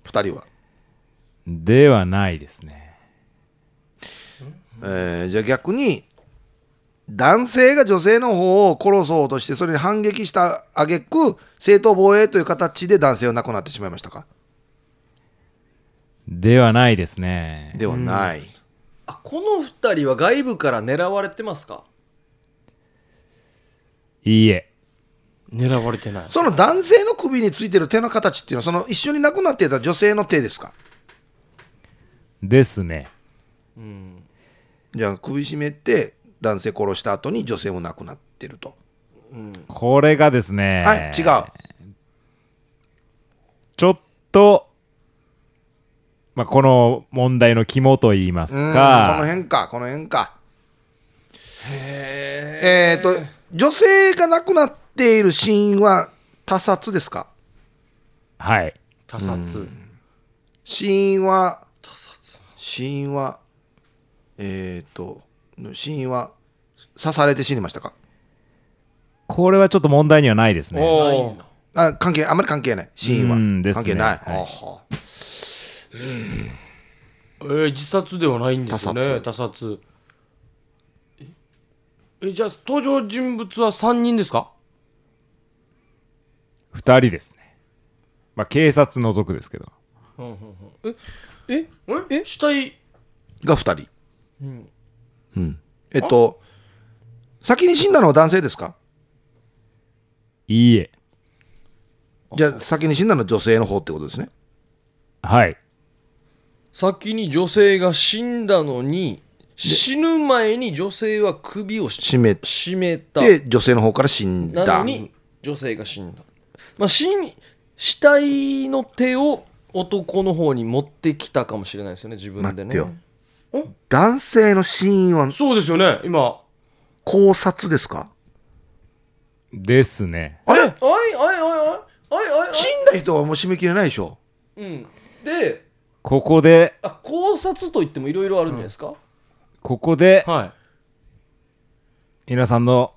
C: 2人は、
D: ではないですね
C: えーじゃあ逆に男性が女性の方を殺そうとしてそれに反撃した挙句正当防衛という形で男性は亡くなってしまいましたか
D: ではないですね
C: ではない、
A: あこの二人は外部から狙われてますか
D: いいえ
B: 狙われてない
C: その男性の首についてる手の形っていうのはその一緒に亡くなっていた女性の手ですか
D: ですね
C: じゃあ首絞めて男性殺した後に女性も亡くなってると
D: これがですね
C: はい、違う。
D: ちょっと、まあ、この問題の肝といいます
C: うんこの
D: か、
C: 辺かこの辺かえっ、と女性が亡くなっている死因は他殺ですか
D: はい、
B: 他殺
C: 死因は死因はえっ、と死因は刺されて死にましたか
D: これはちょっと問題にはないですね。
B: お
A: ない
B: お
A: な
C: あ関係あまり関係ない死因は
D: うんです
C: 関
D: ね
C: 係ない、
D: はい
C: あは
B: えー、自殺ではないんですよね
C: 他
B: 他殺ええじゃあ登場人物は3人ですか
D: 2人ですね。まあ、警察除くですけど。
A: え
B: え死体
C: が2人うん、えっと先に死んだのは男性ですか
D: いいえ。
C: じゃあ先に死んだのは女性の方ってことですね
D: はい。
A: 先に女性が死んだのに死ぬ前に女性は首をし
C: 締めて
A: 絞めた
C: 女性の方から死んだ
A: なのに女性が死んだ、まあ、死に死体の手を男の方に持ってきたかもしれないですよね自分
C: 待
A: で
C: っ
A: ね
C: てよ男性の死因は
B: そうですよね今
C: 考察ですか
D: ですね。
C: あれ
A: おいおいおいおいおいおいおい
C: 死んだ人はもう締め切れないでしょ
A: うんで
D: ここで、
A: あ考察といってもいろいろあるんじゃないですか、
D: ここで、
B: はい
D: 皆さんの、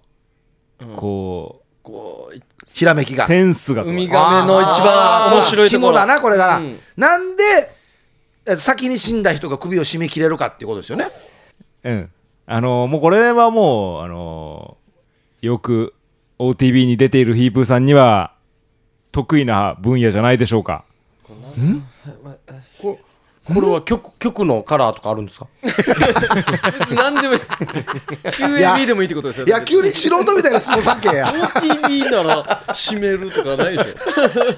D: こ
A: こう
C: ひらめ
D: う、
C: きが
D: センスが
A: ウ
D: 問われ
A: ミガメの一番面白いところ
C: 肝だなこれがな、
A: うん
C: なんでえ先に死んだ人が首を締め切れるかっていうことですよね
D: うん。あのもうこれはもう、あのよく OTV に出ているヒープーさんには、得意な分野じゃないでしょうか。
B: ここれは曲曲のカラーとかあるんですか
A: 別に 何でもいい QAB でもいいってことですよ
C: 野球に素人みたいな質問さっけや
A: OTB なら締めるとかないでし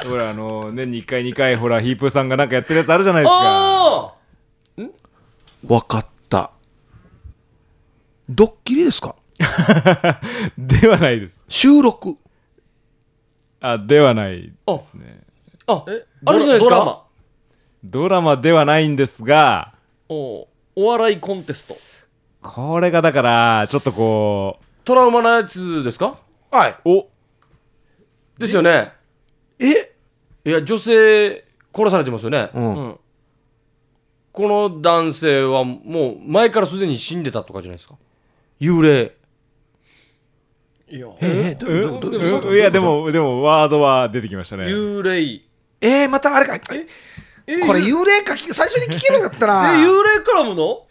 A: ょ
D: ほら、あの年に1回、2回、ほら、ヒープーさんがなんかやってるやつあるじゃないですか。
A: あ
C: わかったドッキリですか
D: ではないです。
C: 収録
D: あ、ではないですね。
B: あ
A: え
B: あれじゃないで
A: ド
B: すか
A: ラマ
D: ドラマではないんですが、
A: おお笑いコンテスト
D: これがだから、ちょっとこ
B: トラウマなやつですか
C: はい
D: お
B: ですよね
C: え
B: いや女性殺されてますよね、
C: うん
A: うん
B: この男性はもう前からすでに死んでたとかじゃないですか幽霊
A: いや
C: えどどど
A: でも
D: う、
A: そう
D: うんいや、でも、でも、ワードは出てきましたね。
A: 幽霊
C: えー、またあれかこれ幽霊か最初に聞けばよかった
A: え
C: な
A: 幽霊絡むの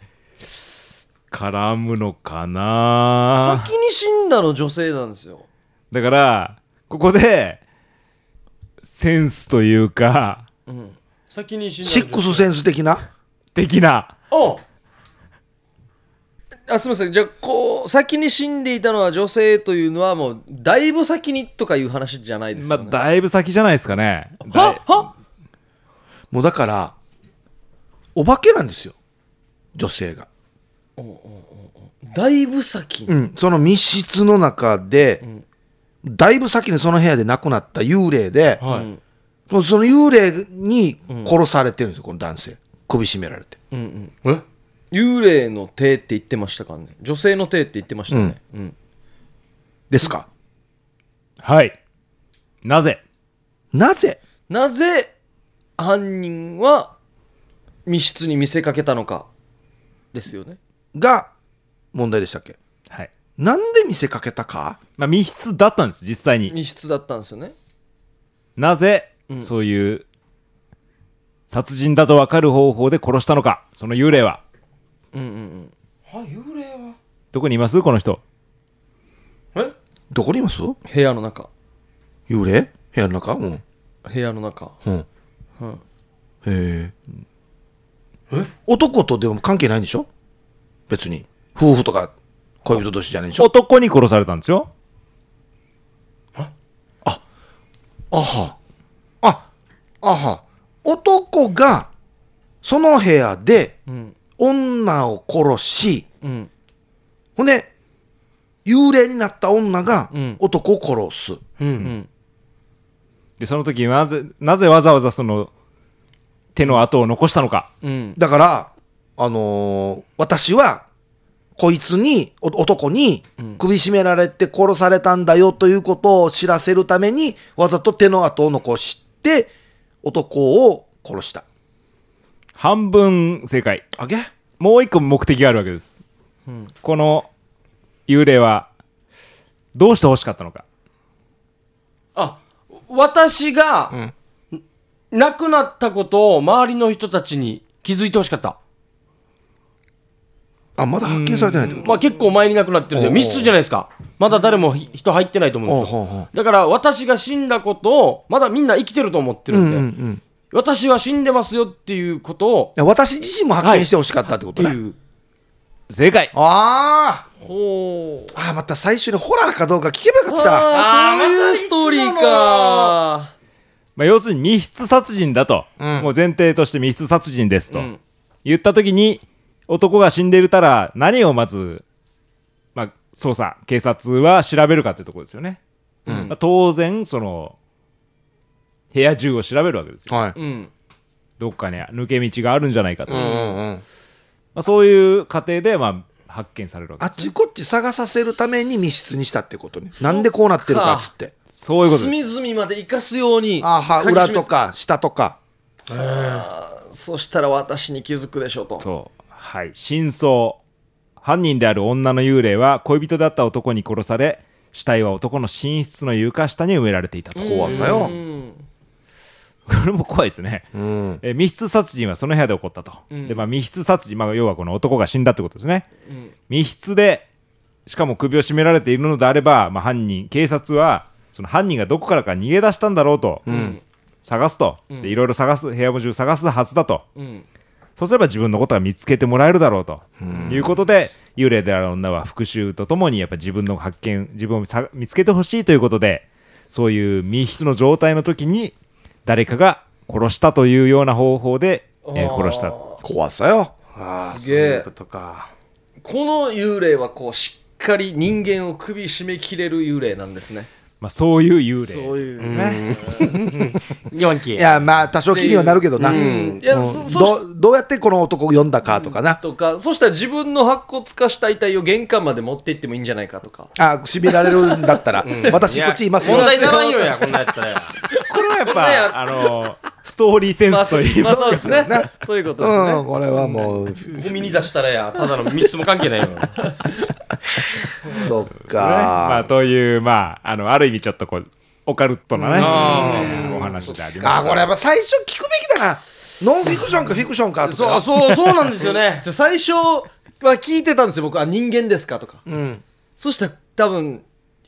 D: 絡むのかな
A: 先に死んだの女性なんですよ
D: だから、ここで、センスというか、
B: 先に死んだ
C: シックスセンス的な
D: 的な、
B: お
A: あすみませんじゃあこう先に死んでいたのは女性というのはもうだいぶ先にとかいう話じゃないです
D: ま
A: よ
D: あ、
A: ね、
D: だいぶ先じゃないですかね。だい
A: はは
C: もうだからお化けなんですよ女性が
A: だいぶ先
C: うん、その密室の中で、だいぶ先にその部屋で亡くなった幽霊で、
B: はい、
C: もうその幽霊に殺されてるんですよ、この男性首絞められて
B: え
A: 幽霊の手って言ってましたからね女性の手って言ってましたね、うん
C: ですか、
D: はい。なぜ
C: なぜ
A: なぜ犯人は密室に見せかけたのかですよね
C: が問題でしたっけ
D: はい。
C: なんで見せかけたか
D: まあ、密室だったんです、実際に。
A: 密室だったんですよね
D: なぜ、そういう、殺人だと分かる方法で殺したのか、その幽霊は。
B: あ幽霊は
D: どこにいますこの人。
B: え
C: どこにいます
A: 部屋の中
C: 幽霊部屋の中うん
A: 部屋の中
C: うん、へえ男とでも関係ないんでしょ別に夫婦とか恋人同士じゃないんでしょ
D: 男に殺されたんですよ。
C: あはああは男がその部屋で
A: うん
C: 女を殺し
A: うん
C: ほんで幽霊になった女が
A: うん
C: 男を殺す、
B: うん、
A: うん
D: でその時なぜなぜわざわざその手の跡を残したのか
B: うん
C: だから、あのー私はこいつにお男に首絞められて殺されたんだよということを知らせるためにわざと手の跡を残して男を殺した
D: 半分正解
C: あげ
D: もう一個目的があるわけです、この幽霊はどうして欲しかったのか
B: あ私が、亡くなったことを周りの人たちに気づいてほしかった
C: あまだ発見されてないってこと
B: まあ結構前に亡くなってるんで
C: おう
B: 密室じゃないですかまだ誰もひ人入ってないと思うんですよ
C: おうおうおう
B: だから私が死んだことをまだみんな生きてると思ってる
C: うんん
B: で、
C: うんうんい
B: 私は死んでますよっていうことを
C: や私自身も発見してほしかったってこ
B: って
C: とね、
B: いう
D: 正解
C: あー
A: ほう
C: あーまた最初にホラーかどうか聞けばよかった
A: あ
B: あ
A: あ
B: ー
A: そういうストーリーか
D: まあ、要するに密室殺人だと、もう前提として密室殺人ですと、
B: うん
D: 言った時に男が死んでいたら何をまず、まあ、捜査警察は調べるかってところですよね、まあ、当然その部屋中を調べるわけですよ
C: はい
A: うん
D: どっかに抜け道があるんじゃないかと、
C: うん
D: ま
C: うんうん
D: あ、そういう過程で、まあ、発見されるわけ
C: あ
D: で
C: っ
D: す、ね、
C: ちこっち探させるために密室にしたってことねなんでこうなってるかっつって
D: そういうことです
A: 隅々まで生かすように
C: あーは
A: 鍵閉
C: 裏
A: め
C: とか下とか
A: そしたら私に気づくでしょうと
D: そうはい真相犯人である女の幽霊は恋人だった男に殺され死体は男の寝室の床下に埋められていたと
C: 怖さよ
A: うん
D: これも怖いですね、
C: うん
D: えー密室殺人はその部屋で起こったと、でまあ、密室殺人、まあ、要はこの男が死んだってことですね、密室でしかも首を絞められているのであれば、まあ、犯人警察はその犯人がどこからか逃げ出したんだろうと、探すとでいろいろ探す部屋も中探すはずだと、
A: ん
D: そうすれば自分のことは見つけてもらえるだろうと、いうことで幽霊である女は復讐とともにやっぱ自分の発見自分をさ見つけてほしいということでそういう密室の状態の時に誰かが殺したというような方法で、えー
A: あー
D: 殺した
C: 怖さよ
B: あー
A: すげえ
B: そういうことか
A: この幽霊はこうしっかり人間を首絞めきれる幽霊なんですね
D: まあ、そういう幽霊
A: そういう
D: ですね、
B: ヤンキー
C: いやまあ多少気にはなるけどな、
A: うんいや
C: うん
A: そそし
C: どどうやってこの男を読んだかとかな、
A: とかそしたら自分の白骨化した遺体を玄関まで持って行ってもいいんじゃないかとか
C: あしびられるんだったら、私こっちいますよ
B: 問題ならんよやこんなやったらや
D: これはやっぱあのストーリーセンスといい
A: ま
D: ま
A: あ
D: す
A: そうですねそういうことですね、
C: うんこれはもう
B: ゴミに出したらやただの密室も関係ないよ
C: そっ
D: ねまあ
C: か、
D: というまああのある意味ちょっとこうオカルトなね、
B: ん
D: お話でありま
C: あ
D: す
C: これやっぱ最初聞くべきだなノンフィクションかフィクションかとか
B: そうそうそうなんですよね
A: じゃあ最初は聞いてたんですよ僕は人間ですかとか、
C: ん
A: そしたら多分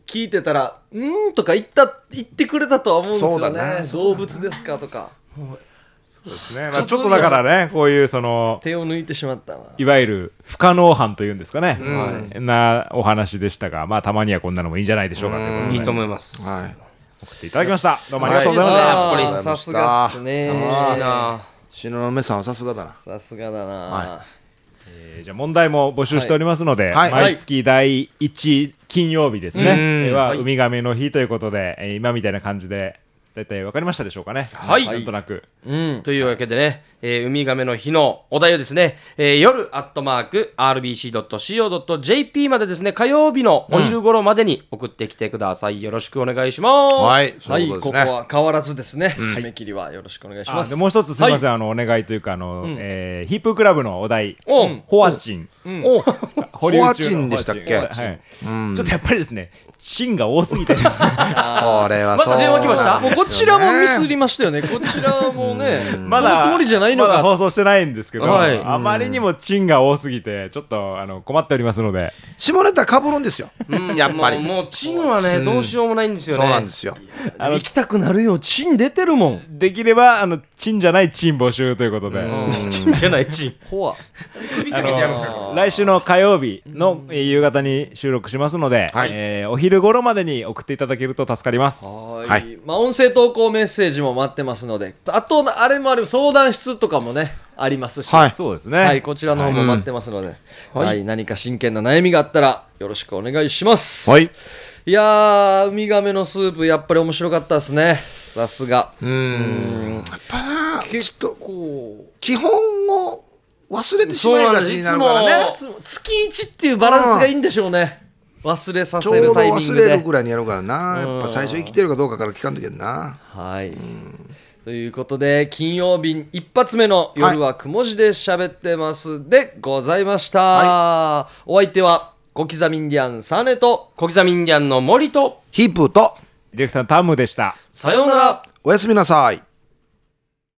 A: 聞いてたら「うん」とか言った言ってくれたとは思うんです
C: そう
A: よ
C: だ
A: ね
C: な
A: 動物ですかとか
D: ねまあ、ちょっとだからねこういうその
A: 手を抜いてしまったない
D: わゆる不可能犯というんですかね、なお話でしたがまあたまにはこんなのもいいんじゃないでしょうかということ
B: い
D: で
B: いと思います
C: はい、
D: 送っていただきましたどうもありがとうございました、
A: あ
B: あり
A: ー
C: がとうご
A: さ
C: ざ
A: す
C: いました
A: がっすね
B: いいな
C: 東雲さんはさすがだな
A: さすがだな、
D: えーじゃあ問題も募集しておりますので、
C: はいはい
D: 毎月第1金曜日ですね、
C: うん
D: えーはウミガメの日ということで、えー今みたいな感じで大体わかりましたでしょうかね
B: はい
D: なんとなく
A: うん
B: というわけでね、えーウミガメの日のお題をですね、えー夜アットマーク RBC.CO.JP までですね、火曜日のお昼頃までに送ってきてください。よろしくお願いします。
C: はいそ
A: は
C: うい
A: いうこと
C: こ
A: こ
C: ですね、
A: は変わらずですね、締め切りはよろしくお願いし
D: あ
A: ます
D: でもう一つすみません、あのお願いというかあの、えーヒップクラブのお題
B: お
D: ホアチン、
C: お
D: 保留中の
C: ホアチンでしたっけ
D: ホアチンはいちょっとやっぱりですねチンが多すぎてですね
C: これは
B: ま
C: そう
B: た電話来ました
A: もうこちらもミスりましたよ ねこちらもね
D: まだ
A: そのつもりじゃないの
D: まだ
A: か、
D: 放送してないんですけど、
B: はい
D: あまりにもチンが多すぎてちょっとあの困っておりますので
C: 下ネタかぶるんですよ、
B: うん
C: やっぱり
B: もうもうチンはね、どうしようもないんですよ
C: そう
B: ね。
C: なんですよ
A: 行きたくなるよチン出てるもん
D: できればあのチンじゃないチン募集ということで、
B: チンじゃない、チン。
A: ほわ
D: あの来週の火曜日のえー夕方に収録しますので、
C: はい
D: えーお昼頃までに送っていただけると助かります。
A: はい、
C: はい
A: まあ音声投稿メッセージも待ってますのであとあれもある相談室とかもねありますし
C: はい
D: そうですね。
A: はいこちらの方も待ってますので、はい何か真剣な悩みがあったらよろしくお願いします、
C: はい
A: いやーウミガメのスープやっぱり面白かったですねさすが
F: うんやっぱなち
A: 結
F: ょっと
A: 構
F: 基本を忘れてしまいがちになるから
B: そうなん
F: ね
B: で
A: つ月1っていうバランスがいいんでしょうね忘れさ
F: ちょう
A: せ
F: ど
A: るタイミン
F: 忘
A: グ
F: れ
A: で
F: るぐらいにやるからなやっぱ最初生きてるかどうかから聞かんときゃな
A: はい。ということで、金曜日一発目の夜はくも字で喋ってますでございました。お相手は、小刻みインディアンサネと、
B: 小刻みインディアンの森と
F: ヒップと
D: ディレクターのタムでした
B: さようなら
F: おやすみなさい